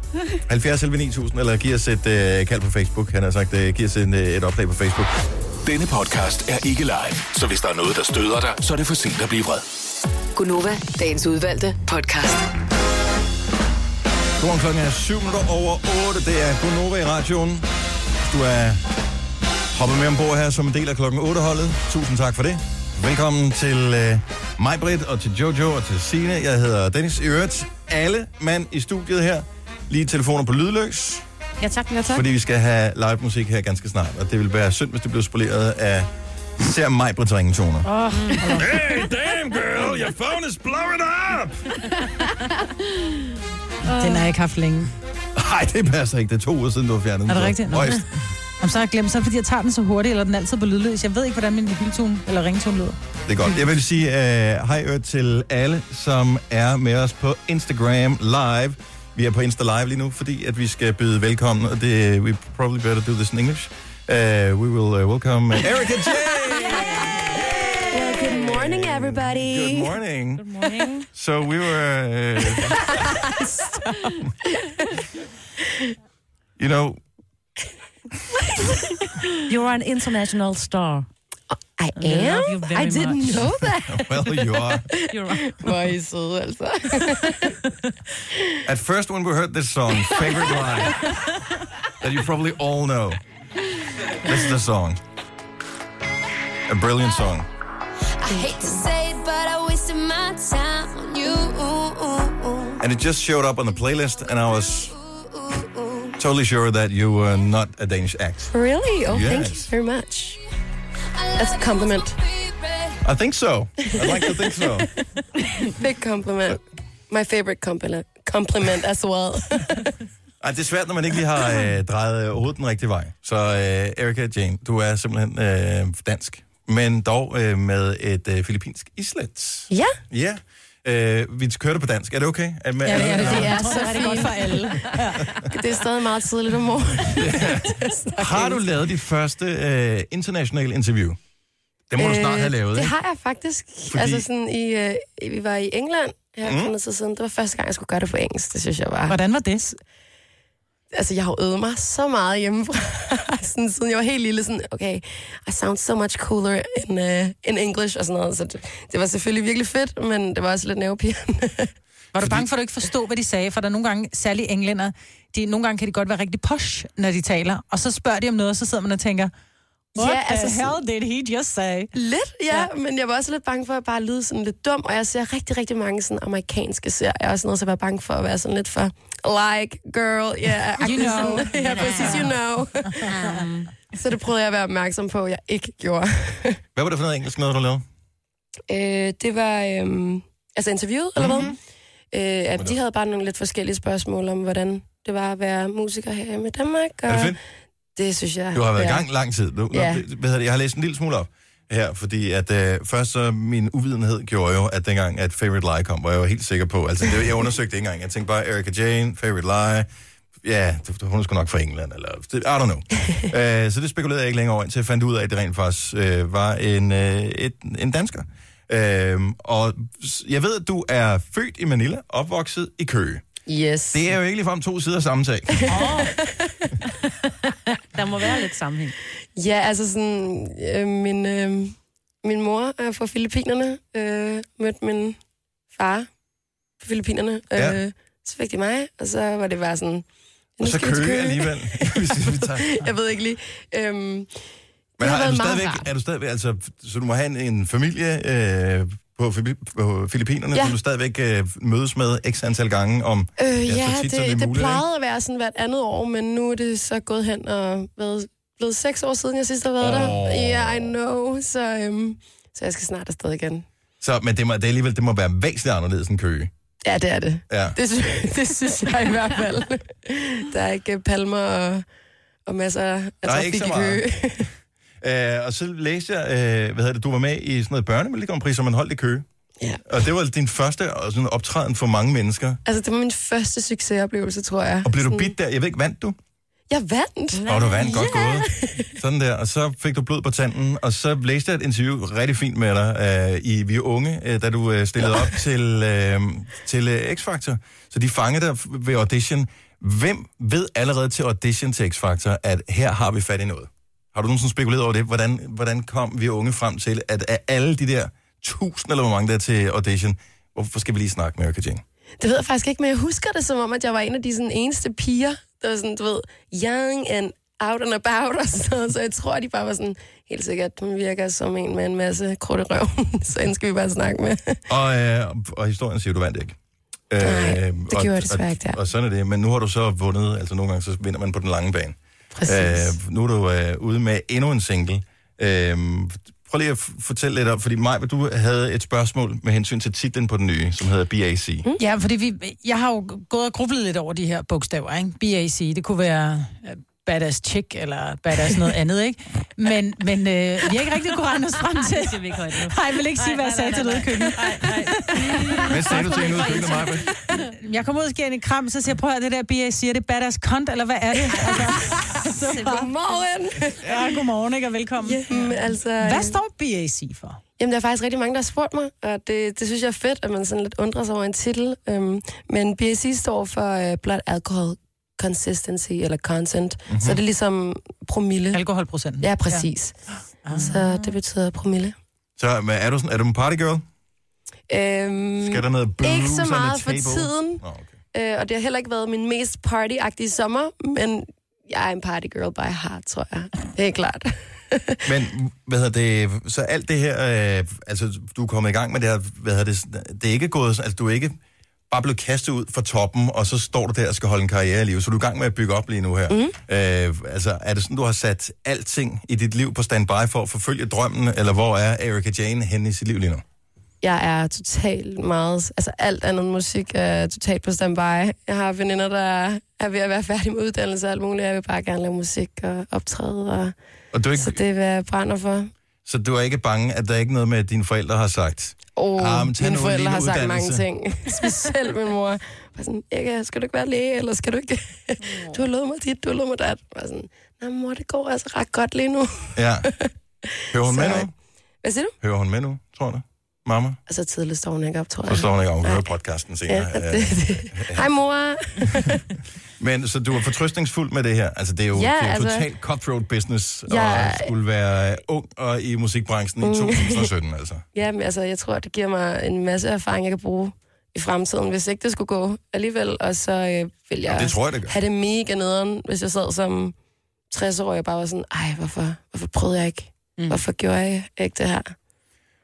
S1: 70 11 9000, eller giv os et øh, kald på Facebook. Han har sagt, øh, giv os en, øh, et opslag på Facebook.
S6: Denne podcast er ikke live, så hvis der er noget, der støder dig, så er det for sent at blive vred.
S5: Gunova, dagens udvalgte podcast.
S1: Godmorgen klokken er 7 minutter over 8. Det er Gunova i radioen. Hvis Du er hoppet med ombord her som en del af klokken 8-holdet. Tusind tak for det. Velkommen til øh, mig, Britt, og til Jojo og til Sine. Jeg hedder Dennis. I øvrigt, alle mand i studiet her. Lige telefoner på lydløs,
S4: Ja, tak. Ja, tak.
S1: fordi vi skal have live musik her ganske snart. Og det vil være synd, hvis det bliver spoleret af især mig, Britt, ringetoner.
S13: Oh. hey, damn girl, your phone is blowing up!
S3: Den har jeg ikke haft længe.
S1: Nej, det passer ikke. Det er to uger siden, du har fjernet den.
S3: Er det
S1: Så
S3: rigtigt? Nå.
S1: højst.
S3: Jamen, så har jeg glemt, så er det, fordi jeg tager den så hurtigt, eller den er altid på lydløs. Jeg ved ikke, hvordan min mobiltone eller ringtone lyder.
S1: Det er godt. Jeg vil sige øh, hej øh, til alle, som er med os på Instagram Live. Vi er på Insta Live lige nu, fordi at vi skal byde velkommen, og det, we probably better do this in Øh, English. Uh, we will uh, welcome uh, Erica J.
S13: Well, good morning.
S14: morning, everybody.
S1: Good morning. Good
S4: morning.
S1: So we were, uh, you know,
S4: You're an international star.
S14: I
S4: We love you very
S14: I didn't
S4: much.
S14: know that.
S1: well, you are.
S14: Hvor er I søde, altså.
S1: At first, when we heard this song, favorite line that you probably all know. This is the song. A brilliant song.
S15: I hate to say it, but I wasted my time on you.
S1: And it just showed up on the playlist, and I was totally sure that you were not a Danish act.
S14: Really? Oh, thank
S1: Yes.
S14: you very much. That's a compliment.
S1: I think so. I like to think so.
S14: Big compliment. My favorite compliment, compliment as well.
S1: Ej, det er svært, når man ikke lige har øh, drejet øh, hovedet den rigtige vej. Så øh, Erika Jane, du er simpelthen øh, dansk, men dog øh, med et øh, filippinsk islet.
S14: ja.
S1: Ja. Øh, vi kørte på dansk. Er det okay? Er, med,
S14: Ja, det er
S1: det,
S14: det.
S1: er.
S14: Det
S1: det-
S14: er
S4: Jeg tror,
S14: så
S4: det er
S14: fint.
S4: godt for alle.
S14: Det er stadig meget tidligt om morgenen.
S1: Har du lavet dit første øh, internationale interview? Det må du snart have lavet,
S14: Øh, Det
S1: ikke?
S14: har jeg faktisk.
S1: Fordi-
S14: Fordi... Altså sådan i, øh, vi var i England her mm. for noget tid siden. Det var første gang, jeg skulle gøre det på engelsk. Det synes jeg var...
S3: Hvordan var det?
S14: Altså, jeg har jo øvet mig så meget hjemmefra, sådan, siden jeg var helt lille. Sådan, okay, I sound so much cooler in, uh, in English og sådan noget. Så det, det var selvfølgelig virkelig fedt, men det var også lidt nervepirrende.
S3: Var du bange for, at du ikke forstod, hvad de sagde? For der er nogle gange, særligt englænder, de, nogle gange kan de godt være rigtig posh, når de taler. Og så spørger de om noget, og så sidder man og tænker, What
S14: Ja,
S3: yeah, the
S14: altså
S3: altså, hell did he just say?
S14: Lidt, ja, ja, men jeg var også lidt bange for at bare lyde sådan lidt dum, og jeg ser rigtig, rigtig mange sådan amerikanske serier og sådan noget, så jeg var bange for at være sådan lidt for like, girl, yeah.
S3: You
S14: agtig
S3: know.
S14: sådan. ja, præcis, you know. så det prøvede jeg at være opmærksom på, at jeg ikke gjorde.
S1: Hvad var det for noget engelsk noget, du lavede?
S14: Øh, det var øhm, altså interviewet, eller
S1: Mhm.
S14: hvad? Øh, at de havde bare nogle lidt forskellige spørgsmål om, hvordan det var at være musiker her i Danmark. Og
S1: Er det fedt?
S14: det synes jeg.
S1: Du har været i
S14: ja.
S1: gang lang tid. Du, ja.
S14: Ja.
S1: hvad hedder det, jeg har læst en lille smule op her, fordi at øh, først så min uvidenhed gjorde jo, at dengang at Favorite Lie kom, var jeg jo helt sikker på, altså det, jeg undersøgte det ikke engang, jeg tænkte bare, Erika Jane, Favorite Lie, ja, det- hun er sgu nok fra England, eller det- I don't know. øh, så det spekulerede jeg ikke længere over, indtil jeg fandt ud af, at det rent faktisk øh, var en, øh, et, en dansker. Øh, og s- jeg ved, at du er født i Manila, opvokset i Køge.
S14: Yes.
S1: Det er jo ikke ligefrem to sider af samme sag.
S4: Der må være lidt sammenhæng.
S14: Ja, altså sådan, øh, min, øh, min mor er fra Filippinerne, øh, mødte min far på Filippinerne, øh,
S1: Ja.
S14: ja. så fik de mig, og så var det bare sådan...
S1: Og så
S14: skal vi til
S1: Køge alligevel. Hvis vi tager-
S14: Jeg ved ikke lige. Øhm,
S1: Men
S14: Det
S1: har,
S14: har
S1: er,
S14: været
S1: du
S14: meget
S1: stadigvæk,
S14: rart.
S1: er du stadigvæk, altså, så du må have en, en familie øh, på, Fili- på Filippinerne, ja.
S14: Ja.
S1: som du stadigvæk øh, mødes med x antal gange om,
S14: øh,
S1: så
S14: ja,
S1: tit
S14: det,
S1: som er
S14: det, det
S1: muligt,
S14: plejede at være sådan hvert andet år, men nu er det så gået hen og været, blevet seks år siden, jeg sidst har været oh. der.
S1: Åh.
S14: Ja, yeah, I know. Så, øhm, så jeg skal snart afsted igen.
S1: ikke? Så, men det må, det, er alligevel, det må være væsentligt anderledes end Køge.
S14: Ja, det er det.
S1: Ja.
S14: Det, sy- det synes jeg i hvert fald. Der er ikke øh, palmer og, og masser af
S1: Der er ikke
S14: trafik i
S1: så meget.
S14: kø.
S1: Øh, og så læste jeg, øh, hvad hedder det, du var med i sådan noget børnemeldekompris, som man holdt i Køge.
S14: Ja.
S1: Og det var altså din første og sådan optræden for mange mennesker.
S14: Altså, det var min første succesoplevelse, tror jeg.
S1: Og blev du bidt der? Jeg ved ikke, vandt du?
S14: Jeg vandt.
S1: Og du vandt godt gået. Sådan der, og så fik du blod på tanden, og så læste jeg et interview rigtig fint med dig øh, i Vi er Unge, øh, da du øh, stillede op til, øh, til øh, X-Factor. Så de fangede dig ved audition. Hvem ved allerede til audition til X-Factor, at her har vi fat i noget? Har du nogensinde spekuleret over det? Hvordan, hvordan kom Vi Unge frem til, at af alle de der tusind, eller hvor mange der er til audition, hvorfor skal vi lige snakke med Erika Jane?
S14: Det ved jeg faktisk ikke, men jeg husker det som om, at jeg var en af de sådan, eneste piger, der var sådan, du ved, young and out and about og sådan noget. Så jeg tror, at de bare var sådan, helt sikkert, hun virker som en med en masse krudt i røven, så hende skal vi bare snakke med.
S1: Og, øh, og historien siger, du vandt ikke. Øh, det
S14: gjorde jeg desværre ikke der.
S1: og, og sådan er det, men nu har du så vundet, altså nogle gange så vinder man på den lange bane.
S14: Præcis.
S1: Øh, nu er du øh, ude med endnu en single. Øh, prøv lige at f- fortælle lidt om, fordi Maj, du havde et spørgsmål med hensyn til titlen på den nye, som hedder BAC. Mm.
S3: Ja, fordi vi, jeg har jo gået og grublet lidt over de her bogstaver, ikke? BAC, det kunne være øh, badass chick, eller badass noget andet, ikke? Men, men øh, vi har ikke rigtig kunne regne os frem til.
S4: Det siger vi ikke højt nu.
S3: Nej, jeg vil ikke sige, hvad jeg sagde til noget i køkkenet.
S1: Hvad sagde du til hende ude i køkkenet, Maj?
S3: Jeg kommer ud og giver hende en kram, så siger jeg, prøv at høre, det der BAC, er det badass cunt, eller hvad er det? Altså, så bare-
S14: Godmorgen!
S3: Ja, godmorgen, ikke? Og velkommen.
S14: Jamen, altså...
S3: Hvad står BAC for?
S14: Jamen, der er faktisk rigtig mange, der har spurgt mig, og det, det synes jeg er fedt, at man sådan lidt undrer sig over en titel. Øhm, men BSC står for øh, Blood Alcohol Consistency, eller Consent. Mm-hmm. Så det er ligesom promille.
S3: Alkoholprocenten.
S14: Ja, præcis. Ja. Så det betyder promille.
S1: Så men er du, sådan, er du en partygirl?
S14: Øhm,
S1: Skal der noget blues
S14: Ikke så
S1: og noget
S14: meget for
S1: table?
S14: tiden.
S1: Nå,
S14: okay. øh, og det har heller ikke været min mest partyagtige sommer, men jeg er en partygirl by heart, tror jeg. Det er klart.
S1: Men, hvad hedder det, så alt det her, øh, altså du er kommet i gang med det her, hvad hedder det, det er ikke gået, sådan- altså du er ikke bare blevet kastet ud fra toppen, og så står du der og skal holde en karriere i live, så du er i gang med at bygge op lige nu
S14: Mhm.
S1: her. Mm. Øh, altså, er det sådan, du har sat alting i dit liv på standby for at forfølge drømmen, eller hvor er Erika Jane henne i sit liv lige nu?
S14: Jeg er totalt meget... Altså, alt andet end musik er totalt på standby. Jeg har veninder, der er ved at være færdige med uddannelse og alt muligt. Jeg vil bare gerne lave musik og optræde, og
S1: Og du er ikke,
S14: så det er, hvad jeg brænder for.
S1: så du er ikke bange, at der er ikke noget med, at dine forældre har sagt?
S14: Åh,
S1: "Ah,
S14: oh,
S1: men tag
S14: mine
S1: nu en
S14: forældre
S1: lille
S14: har sagt mange
S1: uddannelse."
S14: ting. Specielt min mor. Var sådan, Erika, skal du ikke være læge, eller skal du ikke... du har lovet mig dit, du har lovet mig dat. Var sådan, nej mor, det går altså ret godt lige nu.
S1: Ja. Hører hun med nu?
S14: Hvad siger du?
S1: Hører hun med nu, tror du? Mamma?
S14: Og så tidligt står hun ikke op, tror jeg.
S1: Så står hun ikke og hører podcasten senere.
S14: Ja,
S1: Øh,
S14: det, det. Hej mor.
S1: Men så du er fortrøstningsfuld med det her? Altså, det er jo,
S14: Ja,
S1: ja, det er jo
S14: altså-
S1: altså, totalt cutthroat business
S14: Jeg-
S1: at skulle være øh, ung og i musikbranchen
S14: Mm.
S1: i 2017, altså.
S14: Jamen, altså, jeg tror, det giver mig en masse erfaring, jeg kan bruge i fremtiden, hvis ikke det skulle gå alligevel. Og så øh, vil jeg,
S1: Jamen, det tror jeg, det gør.
S14: have det mega nederen, hvis jeg sad som 60-årig og bare var sådan, ej, hvorfor, hvorfor prøvede jeg ikke? Mm. Hvorfor gjorde jeg ikke det her?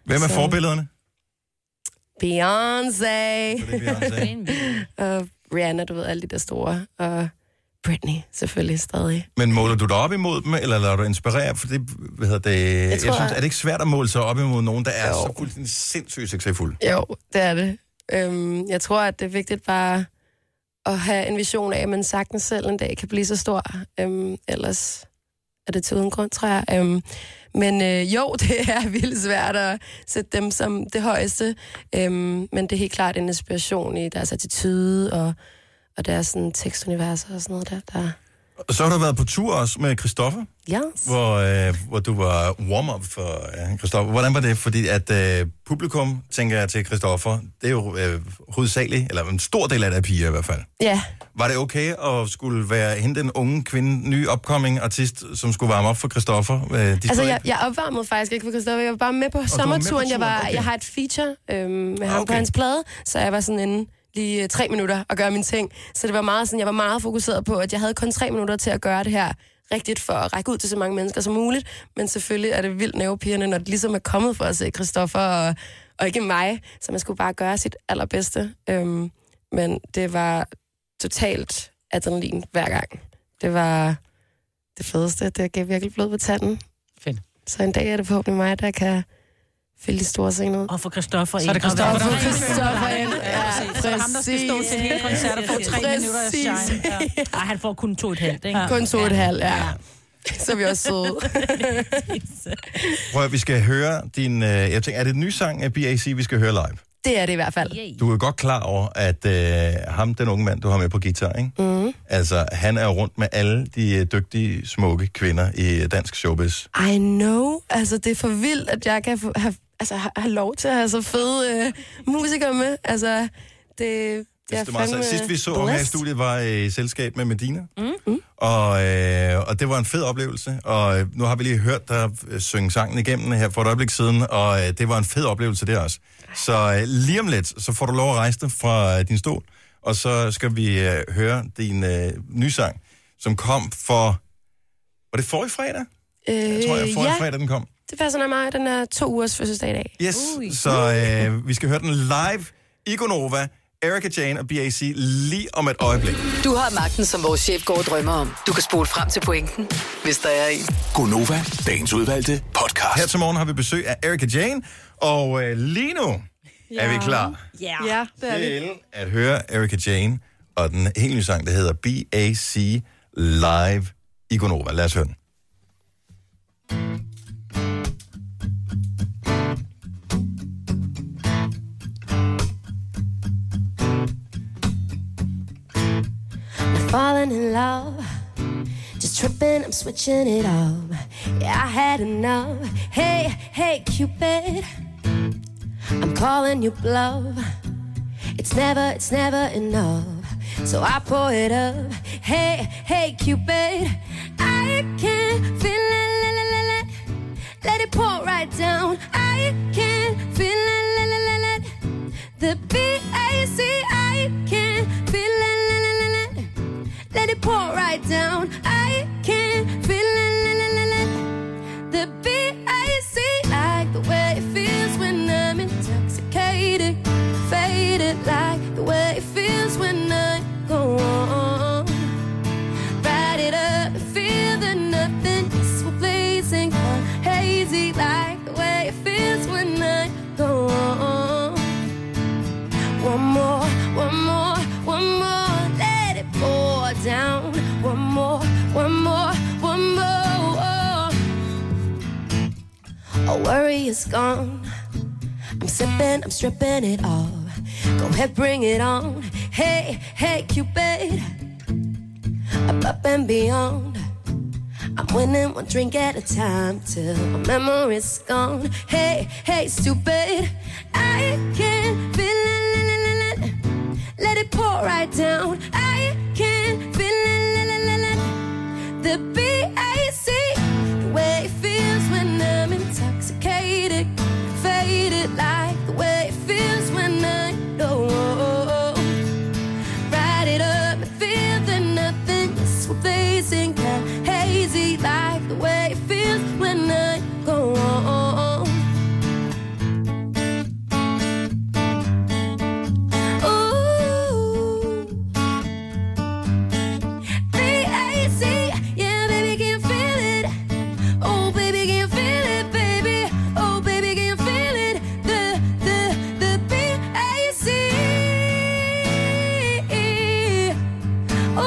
S1: Hvem er
S14: Så-
S1: forbillederne?
S14: Beyoncé.
S1: Så det er
S14: og Rihanna, du ved, alle de der store. Og Britney, selvfølgelig stadig.
S1: Men måler du dig op imod dem, eller lader du dig inspirere? For det, hvad hedder det, jeg,
S14: tror,
S1: tror, jeg synes,
S14: at-
S1: er det ikke svært at måle sig op imod nogen, der er så fuldstændig sindssygt succesfuld?
S14: Jo, det er det. Øhm, jeg tror, at det er vigtigt bare at have en vision af, at man sagtens selv en dag kan blive så stor. Øhm, ellers er det til uden grund, tror jeg. Øhm, men øh, jo, det er vildt svært at sætte dem som det højeste. Øhm, men det er helt klart en inspiration i deres attitude og, og deres sådan, tekstunivers og sådan noget der. der.
S1: Og så har du været på tur også med Christoffer,
S14: Yes.
S1: hvor, øh, hvor du var warm-up for øh, Christoffer. Hvordan var det? Fordi at øh, publikum, tænker jeg til Christoffer, det er jo øh, hovedsageligt, eller en stor del af det er piger i hvert fald.
S14: Ja,
S1: Var det okay at skulle være hende den unge kvinde, ny upcoming artist, som skulle varme op for Christoffer? Øh, de
S14: altså
S1: stod
S14: jeg, jeg opvarmede faktisk ikke for Christoffer. Jeg var bare med på
S1: du var med på
S14: sommerturen. Jeg, var,
S1: turen, okay.
S14: jeg har et feature øhm, med ham okay. på
S1: Okay.
S14: hans plade, så jeg var sådan inde lige øh, tre minutter og gøre mine ting. Så det var meget sådan, jeg var meget fokuseret på, at jeg havde kun tre minutter til at gøre det her rigtigt for at række ud til så mange mennesker som muligt. Men selvfølgelig er det vildt nervepirrende, når det ligesom er kommet for at se Christoffer og, og ikke mig, så man skulle bare gøre sit allerbedste. Øhm, men det var totalt adrenalin hver gang. Det var det fedeste. Det gav virkelig blod på tanden.
S3: Fedt.
S14: Så en dag er det forhåbentlig mig, der kan fylde de store scener ud.
S4: Og få Christoffer ind.
S14: Så er det Christoffer,
S4: Og
S14: der
S4: være-
S14: er Christoffer ind.
S4: Ja, præcis. Så er det ham, der skal stå til hele koncert og få tre
S14: Præcis.
S4: minutter af shine. Ja. Ej, han får kun to et halvt, ikke?
S14: Kun to og et halvt, ja. Så er vi også søde.
S1: Prøv at, vi skal høre din... Øh, jeg tænker, er det en ny sang af BAC, vi skal høre live?
S14: Det er det i hvert fald.
S1: Du er godt klar over, at øh, ham, den unge mand, du har med på guitar, ikke?
S14: Mm.
S1: Altså, han er rundt med alle de øh, dygtige, smukke kvinder i øh, dansk showbiz.
S14: I know. Altså, det er for vildt, at jeg kan få- have, altså, ha- have lov til at have så fede øh, musikere med. Altså, det, det, det
S1: Det er meget sejt. Sidst vi så ham her i studiet, var i selskab med Medina.
S14: Mm.
S1: Og, øh, og det var en fed oplevelse, og øh, nu har vi lige hørt dig øh, synge sangen igennem her for et øjeblik siden, og øh, det var en fed oplevelse der også. Så øh, lige om lidt, så får du lov at rejse dig fra øh, din stol, og så skal vi øh, høre din øh, nye sang, som kom for... Var det forrige fredag?
S14: Øh,
S1: Jeg tror, jeg forrige
S14: ja,
S1: ja. fredag, den kom.
S14: det passer nok meget. Den er to ugers fødselsdag i dag.
S1: Yes, så øh, vi skal høre den live i Gonova, Erika Jane og BAC lige om et øjeblik.
S5: Du har magten, som vores chef går og drømmer om. Du kan spole frem til pointen, hvis der er en.
S1: Gonova, dagens udvalgte podcast. Her til morgen har vi besøg af Erika Jane, og øh, lige nu ja. er vi klar
S4: Ja.
S2: ja, det er vi.
S1: til at høre Erika Jane og den helt nye sang, der hedder BAC Live i Gonova. Lad os høre den.
S16: I'm falling in love. Just tripping, I'm switching it up. Yeah, I had enough. Hey, hey, Cupid, calling you bluff. It's never, it's never enough. So I pull it up. Hey, hey, Cupid, I can't feel it. La, la, la, la. Let it pour right down. I can't feel it. La, la, la, la. The B A C I can't feel it. La, la, la, la. Let it pour right down. I can't feel it. La, la, la, la, la. The B.A.C. like the way it feels when I'm intoxicated, faded like the way it feels when I go on. Ride it up and feel the nothingness will blazing on, hazy like the way it feels when I go on. One more, one more, one more, let it pour down. One more, one more, one more. All worry is gone. I'm sipping, I'm stripping it all. Go ahead, bring it on. Hey, hey, Cupid. Up, up and beyond. I'm winning one drink at a time till my memory's gone. Hey, hey, stupid. I can't feel it. la, la, la, la. Let it pour right down. I can't feel it. la, la, la, la. The B.A.C. The way it feels when I'm intoxicated, faded like the way it feels when I go. Ride it up and feel the nothingness will blazing kind hazy like the way it feels when I go. Ooh. B-A-C, yeah, baby, can feel it. Oh, baby, can feel it, baby. Oh, baby, can feel it. The, the, the B-A-C.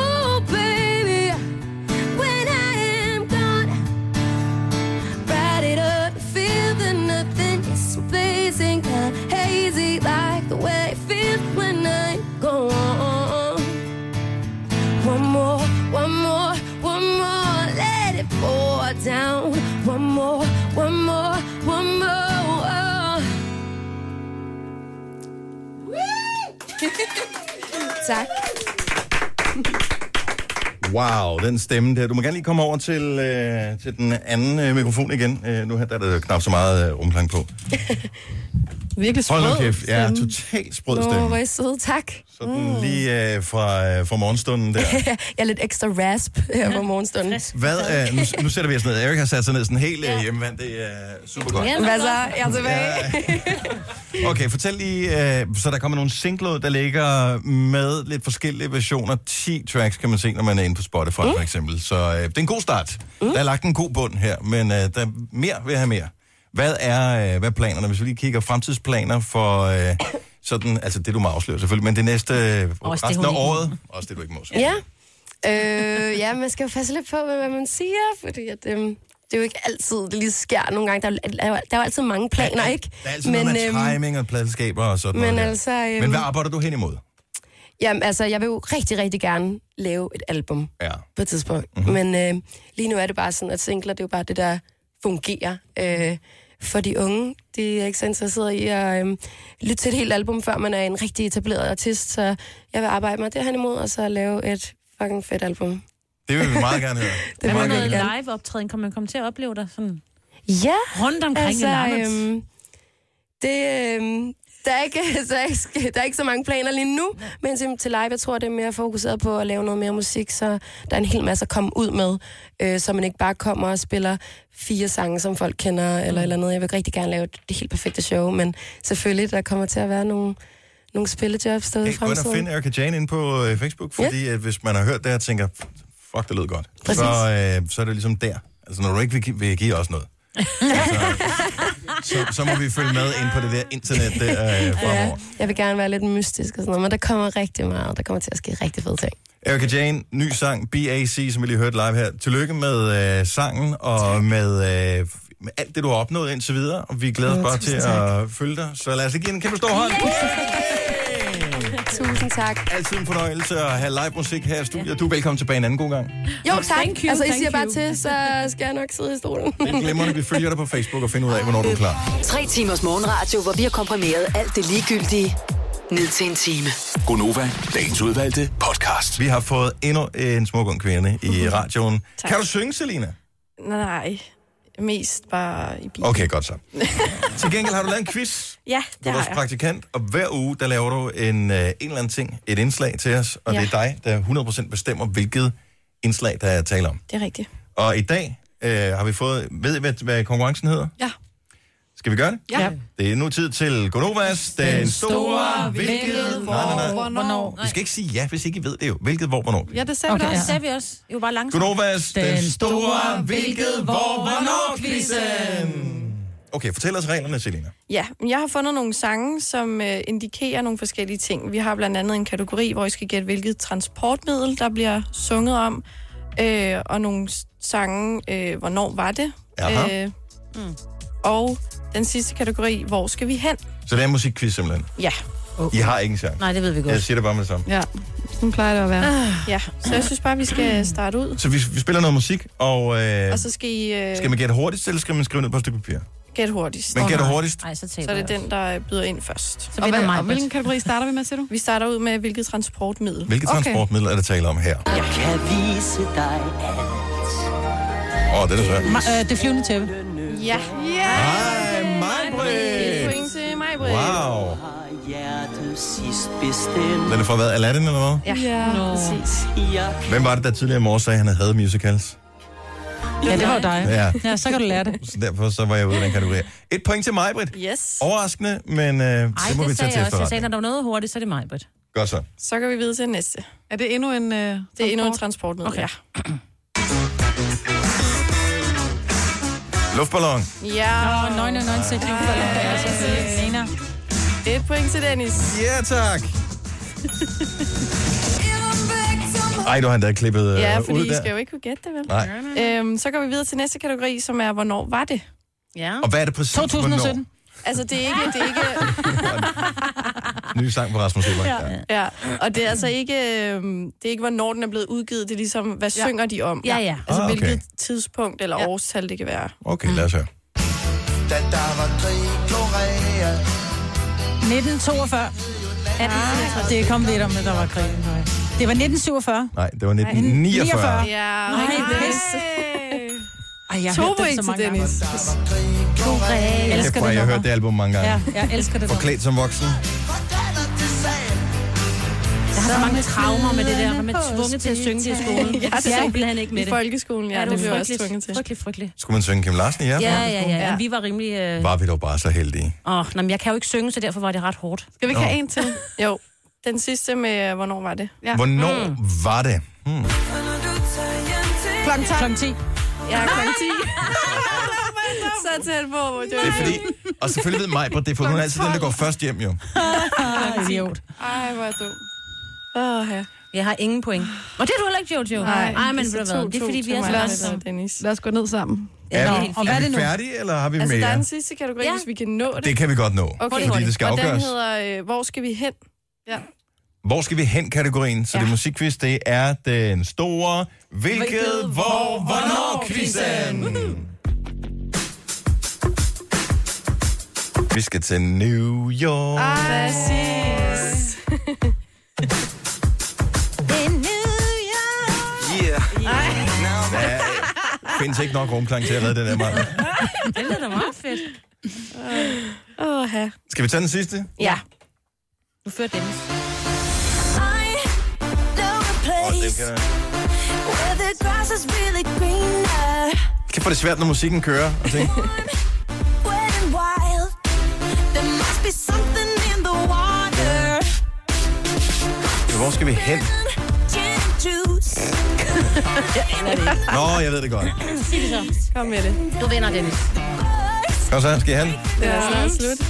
S16: Oh, baby, when I am gone, ride it up, feel the nothing. It's blazing, kind of hazy, like the way it feels when I go on. One more, one more, one more, let it pour down. One more, one more, one more. oh.
S14: tak.
S1: Wow, den stemme der. Du må gerne lige komme over til, øh, til den anden øh, mikrofon igen. Øh, nu her der er der knap så meget øh, rumklang på.
S2: Virkelig sprød.
S1: Hold nu kæft. Ja,
S2: stemme.
S1: totalt sprød
S14: Nå,
S1: stemme.
S14: hvor er I søde, tak. Mm.
S1: Sådan lige øh, fra, øh, fra morgenstunden der.
S14: jeg er lidt ekstra rasp her på morgenstunden.
S1: Hvad, øh, nu, nu sætter vi os ned. Erik har sat sig ned sådan helt øh, hjemmevand. Det er super godt.
S14: Hvad så? Jeg er tilbage.
S1: Okay, fortæl lige, øh, så der kommer nogle singler, der ligger med lidt forskellige versioner. 10 tracks kan man se, når man er inde på Spotify mm. for eksempel. Så øh, det er en god start. Mm. Der er lagt en god bund her, men øh, der er mere vil jeg have mere. Hvad er, øh, hvad er planerne, hvis vi lige kigger fremtidsplaner for øh, sådan, altså det du må afsløre selvfølgelig, men det næste, øh,
S14: Også det,
S1: resten
S14: hun
S1: af
S14: ikke må.
S1: året, også det du ikke må. sige.
S14: Ja. Øh, ja, man skal jo passe lidt på, med, hvad man siger, fordi at, øhm, det er jo ikke altid, det lige sker nogle gange. Der er, jo- der er, jo- der er jo altid mange planer, ikke? øhm,
S1: Der er altid men, noget med timing og pladselskaber og sådan
S14: men
S1: noget der.
S14: altså, øhm,
S1: Men hvad arbejder du hen imod?
S14: jamen, altså, jeg vil jo rigtig, rigtig gerne lave et album
S1: Ja.
S14: på et tidspunkt.
S1: Mhm.
S14: Mm-hmm. Men øh, lige nu er det bare sådan, at singler, det er jo bare det, der fungerer. Øh, for de unge, de er ikke så interesserede i at øh, lytte til et helt album, før man er en rigtig etableret artist. Så jeg vil arbejde mig derhen imod, og så lave et fucking fedt album.
S1: Det vil vi meget gerne høre.
S4: Det var
S14: meget
S4: noget
S14: gerne.
S4: live optræden. Kan man komme til at opleve dig sådan?
S14: Ja.
S4: Rundt omkring i landet.
S14: øhm, det, øhm, der, er ikke, der, er ikke, der er ikke så mange planer lige nu, men til, til live, jeg tror, det er mere fokuseret på at lave noget mere musik, så der er en hel masse at komme ud med, øh, så man ikke bare kommer og spiller fire sange, som folk kender, eller et eller andet. Jeg vil rigtig gerne lave det, det helt perfekte show, men selvfølgelig, der kommer til at være nogle, nogle spillejobs derude i
S1: Gå ind og
S14: fremtiden.
S1: find Erika Jane ind på øh, Facebook, fordi at hvis man har hørt det her og tænker, fuck, det lød godt,
S14: Præcis.
S1: så, øh, så er det ligesom der. Altså, når du ikke vil, gi- vil give os noget, så, så må vi følge med ind på det der internet der øh, fremover.
S14: Jeg vil gerne være lidt mystisk og sådan noget, men der kommer rigtig meget. Der kommer til at ske rigtig fede ting.
S1: Erika Jane, ny sang, BAC, som vi lige hørte live her. Tillykke med øh, sangen og med, øh, med alt det, du har opnået indtil videre, og vi glæder os
S14: Åh,
S1: bare til
S14: tusind
S1: at følge dig. Så lad os lige give den en kæmpe stor hånd.
S14: Tusind tak.
S1: Altid en fornøjelse at have live musik her i studiet. Du er velkommen tilbage en anden god gang.
S14: Jo, tak.
S1: Thank you,
S14: altså, I
S1: thank
S14: siger bare
S1: you.
S14: til, så skal jeg nok sidde i stolen.
S1: Glemmerne, vi følger dig på Facebook og finder ud af, hvornår du er klar.
S5: Tre timers morgenradio, hvor vi har komprimeret alt det ligegyldige ned til en time.
S1: Gonova, dagens udvalgte podcast. Vi har fået endnu en smuk ung kvinde
S14: Mhm.
S1: i radioen.
S2: Tak.
S1: Kan du synge, Selina?
S2: Nej, mest bare i bilen.
S1: Okay, godt så. Til gengæld har du lavet en quiz.
S2: Ja,
S1: Du
S2: det
S1: er
S2: har
S1: vores
S2: jeg.
S1: praktikant, og hver uge, der laver du en, øh, en eller anden ting, et indslag til os, og
S2: Ja.
S1: det er dig, der 100% bestemmer, hvilket indslag, der er tale om.
S2: Det er rigtigt.
S1: Og i dag øh, har vi fået, ved I, hvad, hvad konkurrencen hedder?
S2: Ja.
S1: Skal vi gøre det?
S2: Ja.
S1: Det er nu tid til Gonovas, den store, hvilket, nej, nej, nej.
S4: hvornår.
S1: Vi skal ikke sige ja, hvis ikke I ved det jo. Hvilket, hvor, hvornår.
S17: Ja, det sagde
S4: okay,
S17: vi da
S4: Det
S17: også.
S4: sagde vi også. Jo, bare langsomt.
S1: Gonovas, den, den store,
S4: hvilket, hvor,
S1: hvornår-quizzen. Okay, fortæl os reglerne, Selina.
S2: Ja, men jeg har fundet nogle sange, som øh, indikerer nogle forskellige ting. Vi har blandt andet en kategori, hvor I skal gætte, hvilket transportmiddel, der bliver sunget om. Øh, og nogle s- sange, øh, hvornår var det?
S1: Jaha.
S2: mm. Og den sidste kategori, hvor skal vi hen?
S1: Så det er en musikquiz simpelthen.
S2: Ja.
S1: I har ingen chance.
S2: Nej, det ved vi
S1: Jeg siger det bare med det samme.
S17: Ja, sådan plejer det at være.
S2: Ah. Ja, så jeg synes bare, vi skal starte ud.
S1: Så vi, vi spiller noget musik, og, øh,
S2: Og så skal I øh,
S1: skal man gætte hurtigst, eller skal man skrive ned på et stykke papir?
S2: gætte hurtigst.
S1: Men gætter hurtigst?
S2: Nej, så, så er det den, der byder ind først. Så
S17: vinder mig,
S2: og
S17: Britt.
S2: hvilken kategori starter vi med, siger du? Vi starter ud med, hvilket transportmiddel.
S1: Hvilket transportmiddel er der tale om her?
S2: Jeg kan vise dig
S1: Åh, oh, den er svær.
S3: Ma- øh, det flyvende tæppe.
S2: Ja. Ja.
S1: Hej, Majbrit!
S2: Point til mig, Britt.
S1: Wow.
S10: sidst bestemt.
S1: Den er fra hvad? Aladdin eller hvad?
S2: Ja, ja no. præcis.
S1: Hvem var det, der tidligere i morges sagde, at han havde musicals?
S3: Ja, det var jo dig.
S1: Ja.
S3: ja, så kan du lære det.
S1: Så derfor så var jeg ude i den kategori. Et point til Majbrit.
S2: Yes.
S1: Overraskende, men øh,
S4: Ej,
S1: det må vi tage til
S4: det sagde jeg også. Jeg sagde,
S1: efterretning.
S4: når der var noget hurtigt, så er det mig, Britt.
S1: Godt så.
S2: Så kan vi videre til næste.
S17: Er det endnu en øh,
S2: Det er endnu en transportmiddel, okay. ja.
S1: Luftballon.
S2: Ja.
S3: Nå, nøj, nøj, nøj, sæt lige for det er så
S2: sødt. Et point til Dennis.
S1: Ja, tak. Ej, du har endda klippet øh,
S2: Ja,
S1: ud
S2: fordi I
S1: der.
S2: skal jo ikke kunne gætte det, vel?
S1: Nej.
S2: Øhm, så går vi videre til næste kategori, som er, hvornår var det? Ja.
S1: Og hvad er det præcis, 2017.
S2: Altså, det er ikke... Det er ikke
S1: Ny sang på Rasmus Sebak. Ja.
S2: ja. Og det er altså ikke, øhm, det er ikke, hvornår den er blevet udgivet. Det er ligesom, hvad ja. synger de om?
S4: Ja, ja.
S2: Altså,
S1: Ah, okay.
S2: hvilket tidspunkt eller årstal det kan være.
S1: Okay, lad os høre.
S10: Da der var krig i Korea.
S3: 1942. Ah, det kom lidt om, at der var krig. Det var 1947.
S1: Nej, det var 1949.
S2: Ja,
S3: Nej,
S2: rigtig
S3: Dennis. Ej, jeg har
S2: To
S3: hørt den så
S2: point til
S3: mange gange.
S2: Dennis.
S3: Korea.
S1: Jeg elsker det. Jeg har hørt det album mange gange.
S3: Ja, jeg elsker det.
S1: Forklædt som voksen.
S4: Jeg har så mange traumer med det der, når man er tvunget til at synge det i skolen.
S2: Ja,
S4: Jeg er
S2: det er-
S4: simpelthen ikke med
S2: i
S4: det.
S2: folkeskolen, ja,
S4: det,
S2: det
S4: var
S2: blev jeg også
S4: frygteligt.
S2: tvunget til.
S4: Frygteligt, frygteligt.
S1: Skulle man synge Kim Larsen i
S4: Ja,
S1: jer?
S4: ja, ja. ja. Vi var rimelig... Øh...
S1: Var vi dog bare så heldige.
S4: Åh, nej, men jeg kan jo ikke synge, så derfor var det ret hårdt.
S2: Skal vi ikke
S1: Nå.
S2: have en til? Jo. Den sidste med, øh, hvornår var det? Ja. Mm.
S1: Hvornår
S4: Mm.
S1: var det? Hmm.
S2: Klokken 10.
S3: Klokken 10.
S2: Ja, klokken 10. Så tæt på, hvor det
S1: Det er fordi, og selvfølgelig ved mig, det er for hun er altid den, der går først hjem jo.
S3: Idiot.
S2: Ej, hvor er du. Åh, ja.
S4: Jeg har ingen point. Og det er du heller ikke, Jojo. Ej men ved
S2: Altså,
S4: du hvad? Det er fordi, vi er så langsomme.
S2: Dennis.
S17: Lad os gå ned sammen.
S1: Er,
S4: Nå,
S1: vi,
S4: og hvad
S1: er
S4: er
S1: vi
S4: det nu?
S1: færdige, eller har vi
S2: Altså, der er
S1: mere?
S2: en sidste kategori, ja. hvis vi kan nå det.
S1: Det kan vi godt nå,
S2: Okay.
S1: fordi det skal
S2: og
S1: afgøres.
S2: den hedder, øh, hvor skal vi hen? Ja.
S1: Hvor skal vi hen kategorien? Så det er musikquiz, det er den store, hvilket, hvor, hvornår quizzen. Vi skal til New York.
S2: Præcis.
S1: Yeah. Ja, findes ikke nok rumklang til at redde den her mand.
S4: Det lyder da meget fedt.
S2: Åh, oh, ja.
S1: Skal vi tage den sidste?
S2: Ja.
S4: Nu fører Dennis.
S1: er Kan få det svært, når musikken kører. Og tænke, hvor skal vi hen? Nå, jeg ved det godt.
S4: er Sig det så.
S2: Kom med det.
S4: Du vinder, Dennis.
S1: Kom så, skal I hen?
S2: Det er snart slut.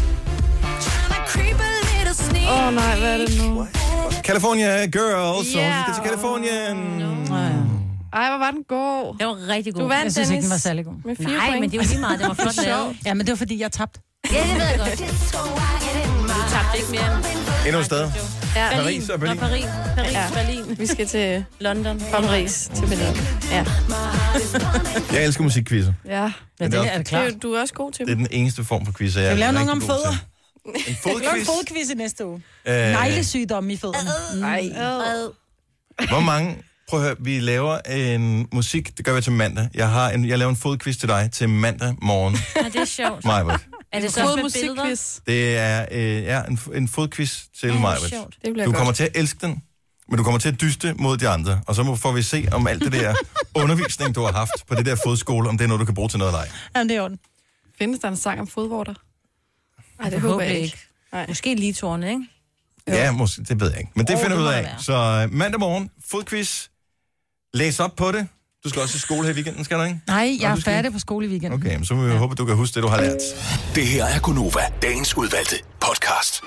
S2: Åh oh, nej, hvad er det nu?
S1: California Girls. Yeah.
S2: Yeah.
S1: Og vi skal til Kalifornien.
S2: Ej, hvor var den god.
S4: Det var rigtig god.
S2: Du vandt,
S3: Jeg synes ikke,
S2: Dennis.
S3: den var særlig god.
S2: Med fire
S4: Nej,
S2: point.
S4: men det var lige meget. Det var flot lavet.
S3: Ja, men det var, fordi jeg tabte.
S4: Ja, det ved jeg godt. Du tabte ikke mere.
S1: Endnu et sted.
S18: Ja.
S1: Paris og Berlin.
S4: Nå, Paris, Paris
S18: Ja.
S4: ja. Berlin.
S18: Vi skal til
S4: London.
S18: Fra Paris til Berlin. Ja.
S1: Jeg elsker musikquizzer.
S2: Ja.
S1: Ja, det er det klart.
S18: Du er også god til
S1: Det er
S18: dem.
S1: den eneste form for quiz, jeg er
S3: Kan vi lave nogen om
S1: rigtig god
S3: fødder?
S1: til. En
S3: Vi laver en
S1: fodquiz?
S3: fodquiz i næste uge.
S1: Øh.
S3: Øh. Neglesygdomme i fødderne. Mm. Nej.
S1: Hvor mange... Prøv at høre, vi laver en musik, det gør vi til mandag. Jeg, har en, jeg laver en fodquiz til dig til mandag morgen.
S4: Ja, det er sjovt.
S1: Majbert.
S4: Er det så
S2: God
S4: med
S2: musikquiz.
S4: billeder?
S1: Det er øh, ja, en, f- en fodquiz til
S4: hvor
S1: oh, Majbert.
S4: sjovt.
S18: Det bliver
S1: Du
S18: godt.
S1: kommer til at elske den, men du kommer til at dyste mod de andre. Og så må- får vi se, om alt det der undervisning, du har haft på det der fodskole, om det er noget, du kan bruge til noget eller ej.
S3: Jamen, det er ondt.
S2: Findes der en sang om fodvorter?
S18: Ej, det håber
S4: Forhåbentlig
S18: jeg ikke.
S4: ikke. Måske lige tårne, ikke?
S1: Ja, måske, det ved jeg ikke. Men det
S4: Åh,
S1: finder vi
S4: det
S1: ud
S4: må
S1: af.
S4: det være.
S1: Så øh, mandag morgen, fodquiz. Læs op på det. Du skal også i skole her i weekenden, skal du ikke?
S3: Nej, jeg
S1: Nå,
S3: er
S1: du skal
S3: færdig på skole i weekenden.
S1: Okay, men så må vi ja. håbe, du kan huske det, du har lært.
S6: Det her er Gunova, dagens udvalgte podcast.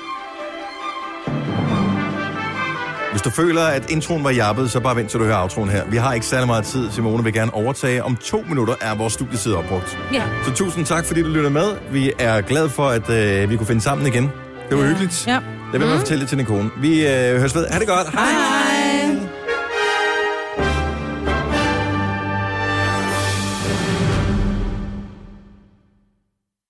S1: Hvis du føler, at introen var jappet, så bare vent til du hører aftroen her. Vi har ikke særlig meget tid. Simone vil gerne overtage. Om to minutter er vores studietid opbrugt.
S4: Ja.
S1: Så tusind tak, fordi du lytter med. Vi er glade for, at øh, vi kunne finde sammen igen. Det var ja. Mhm. hyggeligt.
S3: Ja.
S1: Jeg vil bare fortælle det til din kone. Vi øh, høres ved. Ha' det godt. Hej. Hej.